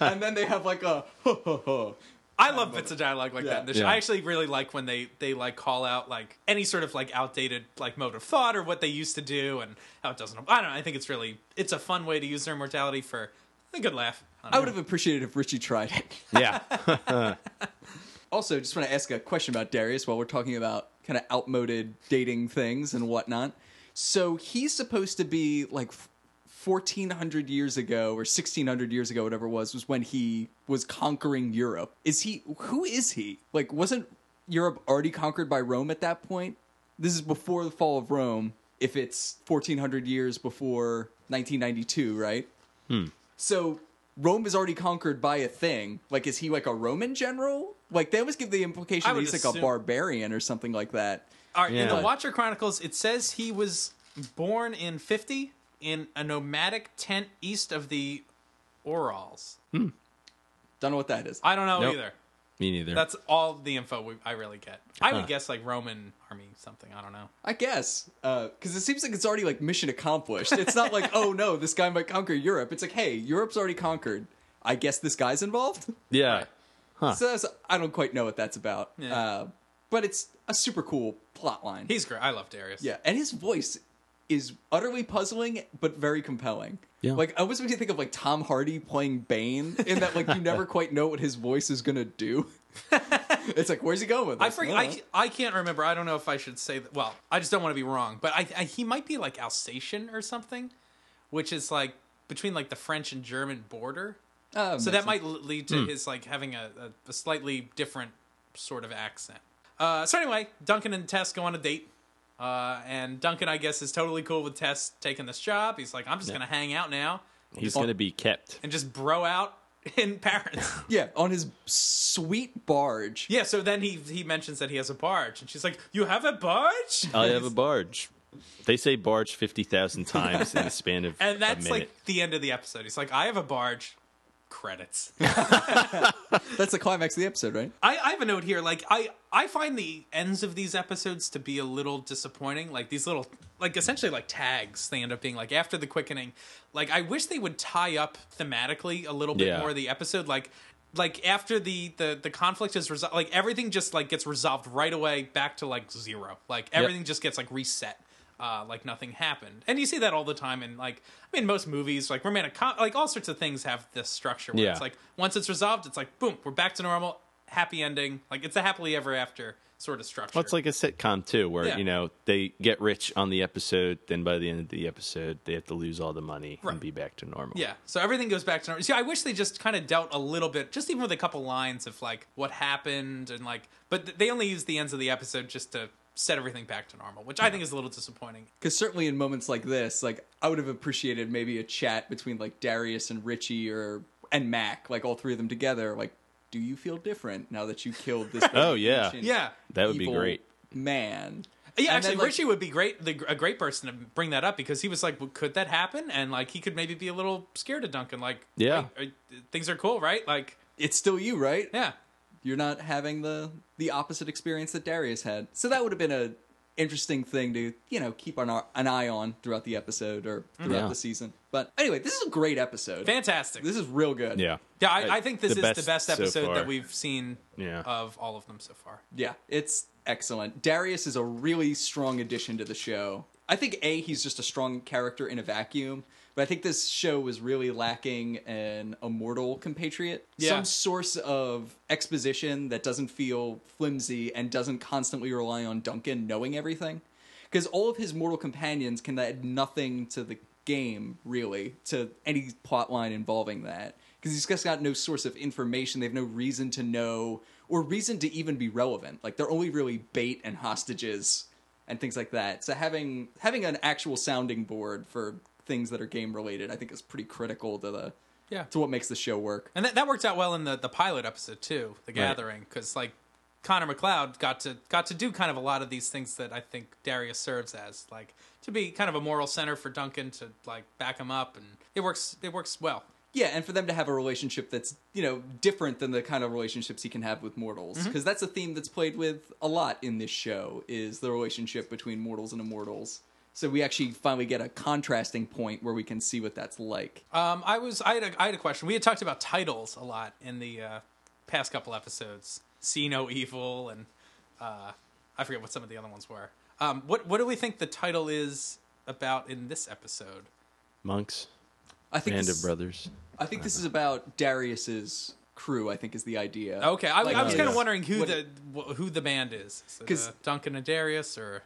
[SPEAKER 4] and then they have like a. Ho, ho, ho.
[SPEAKER 3] "I love bits of dialogue like that." In the show.
[SPEAKER 5] Yeah.
[SPEAKER 3] I actually really like when they they like call out like any sort of like outdated like mode of thought or what they used to do and how it doesn't. I don't know. I think it's really it's a fun way to use their immortality for a good laugh. I don't
[SPEAKER 4] I would have appreciated if Richie tried it.
[SPEAKER 5] Yeah.
[SPEAKER 4] Also, just want to ask a question about Darius while we're talking about kind of outmoded dating things and whatnot. So he's supposed to be like f- 1400 years ago or 1600 years ago, whatever it was, was when he was conquering Europe. Is he, who is he? Like, wasn't Europe already conquered by Rome at that point? This is before the fall of Rome, if it's 1400 years before 1992, right? So Rome is already conquered by a thing. Like, is he like a Roman general? Like, they always give the implication
[SPEAKER 3] I
[SPEAKER 4] that
[SPEAKER 3] would
[SPEAKER 4] he's like a
[SPEAKER 3] assume-
[SPEAKER 4] barbarian or something like that.
[SPEAKER 3] All right, in
[SPEAKER 5] Yeah.
[SPEAKER 3] the Watcher Chronicles, it says he was born in 50 in a nomadic tent east of the Orals.
[SPEAKER 4] Don't know what that is.
[SPEAKER 3] I don't know
[SPEAKER 5] Nope.
[SPEAKER 3] either.
[SPEAKER 5] Me neither.
[SPEAKER 3] That's all the info we, I really get. I would guess like Roman army something. I don't know.
[SPEAKER 4] I guess because it seems like it's already like mission accomplished. It's not like oh no, this guy might conquer Europe. It's like hey, Europe's already conquered. I guess this guy's involved.
[SPEAKER 5] yeah.
[SPEAKER 4] So that's, I don't quite know what that's about.
[SPEAKER 3] Yeah.
[SPEAKER 4] Uh, but it's a super cool plot line.
[SPEAKER 3] He's great. I love Darius.
[SPEAKER 4] Yeah, and his voice is utterly puzzling but very compelling.
[SPEAKER 5] Yeah.
[SPEAKER 4] Like I always make you think of like Tom Hardy playing Bane in that like you never quite know what his voice is gonna do. it's like where's he going with
[SPEAKER 3] I
[SPEAKER 4] this?
[SPEAKER 3] forget.
[SPEAKER 4] don't
[SPEAKER 3] I,
[SPEAKER 4] know.
[SPEAKER 3] ca- I can't remember. I don't know if I should say that. Well, I just don't want to be wrong. But I, I he might be like Alsatian or something, which is like between like the French and German border.
[SPEAKER 4] Oh,
[SPEAKER 3] so
[SPEAKER 4] makes
[SPEAKER 3] that might l- lead to his like having a, a, a slightly different sort of accent. Uh, so anyway, Duncan and Tess go on a date. Uh, and Duncan, I guess, is totally cool with Tess taking this job. He's like, I'm just gonna hang out now
[SPEAKER 5] He's going to be kept.
[SPEAKER 3] and just bro out in Paris.
[SPEAKER 4] yeah, on his sweet barge.
[SPEAKER 3] yeah. So then he he mentions that he has a barge, and she's like, "You have a barge?"
[SPEAKER 5] I Uh, have a barge. They say barge 50,000 times in the span of
[SPEAKER 3] And
[SPEAKER 5] a
[SPEAKER 3] that's
[SPEAKER 5] minute.
[SPEAKER 3] like the end of the episode. He's like, I have a barge. Credits.
[SPEAKER 4] That's the climax of the episode, right?
[SPEAKER 3] I, I have a note here. Like, I, I find the ends of these episodes to be a little disappointing. Like, these little, like, essentially, like tags, they end up being like after the quickening. Like, I wish they would tie up thematically a little bit
[SPEAKER 5] Yeah.
[SPEAKER 3] more of the episode. Like, like after the the the conflict is resolved like everything just like gets resolved right away back to like zero like everything just gets like reset uh, like nothing happened. And you see that all the time in like I mean most movies like romantic com- like all sorts of things have this structure where
[SPEAKER 5] Yeah.
[SPEAKER 3] it's like once it's resolved it's like boom we're back to normal happy ending like it's a happily ever after sort of structure.
[SPEAKER 5] Well, it's like a sitcom too, where
[SPEAKER 3] Yeah.
[SPEAKER 5] you know they get rich on the episode, then by the end of the episode, they have to lose all the money
[SPEAKER 3] Right.
[SPEAKER 5] and be back to normal.
[SPEAKER 3] yeah, so everything goes back to normal. See, I wish they just kind of dealt a little bit, just even with a couple lines of like what happened and like, but th- they only use the ends of the episode just to set everything back to normal, which I think is a little disappointing.
[SPEAKER 4] Because certainly in moments like this, like I would have appreciated maybe a chat between like Darius and Richie or and Mac, like all three of them together. Like, do you feel different now that you killed this?
[SPEAKER 5] Oh, yeah.
[SPEAKER 4] ancient
[SPEAKER 3] Yeah.
[SPEAKER 5] That would be
[SPEAKER 4] evil
[SPEAKER 5] great.
[SPEAKER 4] man.
[SPEAKER 3] Yeah,
[SPEAKER 4] And
[SPEAKER 3] actually,
[SPEAKER 4] then, like-
[SPEAKER 3] Richie would be great, the, a great person to bring that up because he was like, well, "Could that happen?" And like, he could maybe be a little scared of Duncan. Like,
[SPEAKER 5] Yeah.
[SPEAKER 3] "Hey, uh, things are cool, right? Like,
[SPEAKER 4] It's still you, right?
[SPEAKER 3] yeah,
[SPEAKER 4] You're not having the the opposite experience that Darius had. So that would have been a interesting thing to you know keep an, an eye on throughout the episode or throughout
[SPEAKER 5] Mm. Yeah.
[SPEAKER 4] the season. But anyway, this is a great episode.
[SPEAKER 3] fantastic.
[SPEAKER 4] This is real good.
[SPEAKER 5] yeah,
[SPEAKER 3] yeah, I, I think this
[SPEAKER 5] the
[SPEAKER 3] is the
[SPEAKER 5] best
[SPEAKER 3] best
[SPEAKER 5] so
[SPEAKER 3] episode
[SPEAKER 5] far.
[SPEAKER 3] that we've seen
[SPEAKER 5] Yeah.
[SPEAKER 3] of all of them so far.
[SPEAKER 4] Yeah, it's excellent. Darius is a really strong addition to the show. I think a he's just a strong character in a vacuum, but I think this show was really lacking an immortal compatriot,
[SPEAKER 3] Yeah.
[SPEAKER 4] some source of exposition that doesn't feel flimsy and doesn't constantly rely on Duncan knowing everything, because all of his mortal companions can add nothing to the game really to any plot line involving that because he's just got no source of information they have no reason to know or reason to even be relevant like they're only really bait and hostages and things like that. So having having an actual sounding board for things that are game related, I think is pretty critical to the
[SPEAKER 3] Yeah.
[SPEAKER 4] to what makes the show work.
[SPEAKER 3] And that, that worked out well in the, the pilot episode too, The Gathering, because like Connor McLeod got to got to do kind of a lot of these things that I think Darius serves as, like to be kind of a moral center for Duncan to like back him up, and it works it works well.
[SPEAKER 4] Yeah, and for them to have a relationship that's you know different than the kind of relationships he can have with mortals, because that's a theme that's played with a lot in this show is the relationship between mortals and immortals. So we actually finally get a contrasting point where we can see what that's like.
[SPEAKER 3] Um, I was I had a, I had a question. We had talked about titles a lot in the uh, past couple episodes. See no evil, and uh, I forget what some of the other ones were. Um, what what do we think the title is about in this episode?
[SPEAKER 5] Monks,
[SPEAKER 4] I think
[SPEAKER 5] Band
[SPEAKER 4] this,
[SPEAKER 5] of Brothers.
[SPEAKER 4] I think this is about Darius's crew. I think is the idea.
[SPEAKER 3] Okay, I, I was
[SPEAKER 4] uh,
[SPEAKER 3] kind of wondering who
[SPEAKER 4] what-
[SPEAKER 3] the wh- who the band is. Is it,
[SPEAKER 4] 'Cause-
[SPEAKER 3] uh, Duncan and Darius or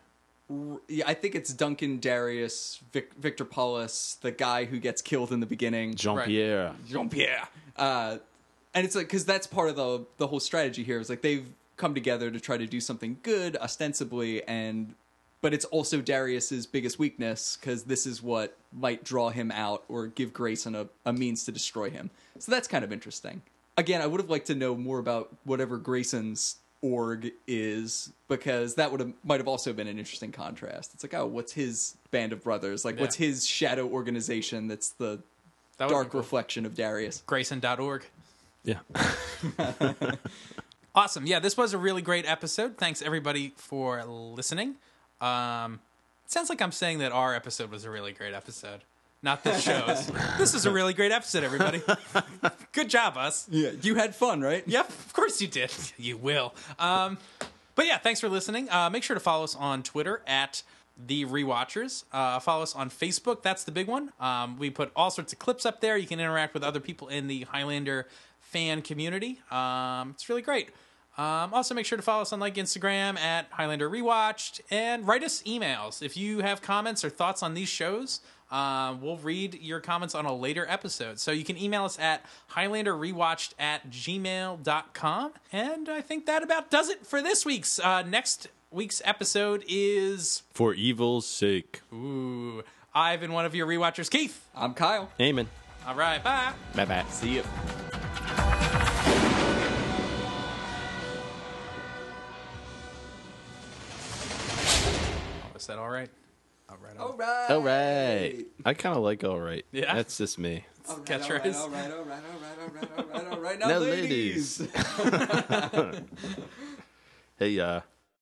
[SPEAKER 4] Yeah, I think it's Duncan Darius, Vic- Victor Paulus, the guy who gets killed in the beginning,
[SPEAKER 5] Jean Pierre.
[SPEAKER 4] Jean Pierre. Uh, and it's like because that's part of the the whole strategy here is like they've come together to try to do something good ostensibly, and but it's also Darius's biggest weakness because this is what might draw him out or give Grayson a, a means to destroy him. So that's kind of interesting. Again, I would have liked to know more about whatever Grayson's org is because that would have might have also been an interesting contrast. It's like, oh, what's his band of brothers? Like, what's
[SPEAKER 3] Yeah.
[SPEAKER 4] his shadow organization? That's the
[SPEAKER 3] that would've
[SPEAKER 4] dark
[SPEAKER 3] been cool.
[SPEAKER 4] reflection of Darius.
[SPEAKER 3] Grayson.org?
[SPEAKER 5] Yeah.
[SPEAKER 3] Awesome. Yeah, this was a really great episode. Thanks everybody for listening. Um, it sounds like I'm saying that our episode was a really great episode. Not this show's. this is a really great episode, everybody. Good job, us.
[SPEAKER 4] Yeah, you had fun, right?
[SPEAKER 3] Yep, of course you did. You will. Um, but yeah, thanks for listening. Uh, make sure to follow us on Twitter at the Rewatchers. Uh, follow us on Facebook. That's the big one. Um, we put all sorts of clips up there. You can interact with other people in the Highlander fan community. Um, it's really great. Um, also, make sure to follow us on like Instagram at Highlander Rewatched and write us emails if you have comments or thoughts on these shows. Uh, we'll read your comments on a later episode. So you can email us at HighlanderRewatched at gmail.com. And I think that about does it for this week's. Uh, next week's episode is
[SPEAKER 5] For evil's sake.
[SPEAKER 3] ooh, I've been one of your rewatchers, Keith.
[SPEAKER 4] I'm Kyle.
[SPEAKER 5] Amen.
[SPEAKER 3] All right, bye.
[SPEAKER 5] Bye bye.
[SPEAKER 4] See you.
[SPEAKER 3] Is that all right? All right. All right.
[SPEAKER 4] right.
[SPEAKER 5] All right. I kind of like all right.
[SPEAKER 3] Yeah.
[SPEAKER 5] That's just me.
[SPEAKER 3] Catchphrase.
[SPEAKER 4] All right, all right, all right, all right, all right, all right, all right. Now,
[SPEAKER 5] Now,
[SPEAKER 4] ladies.
[SPEAKER 5] ladies. Hey, uh,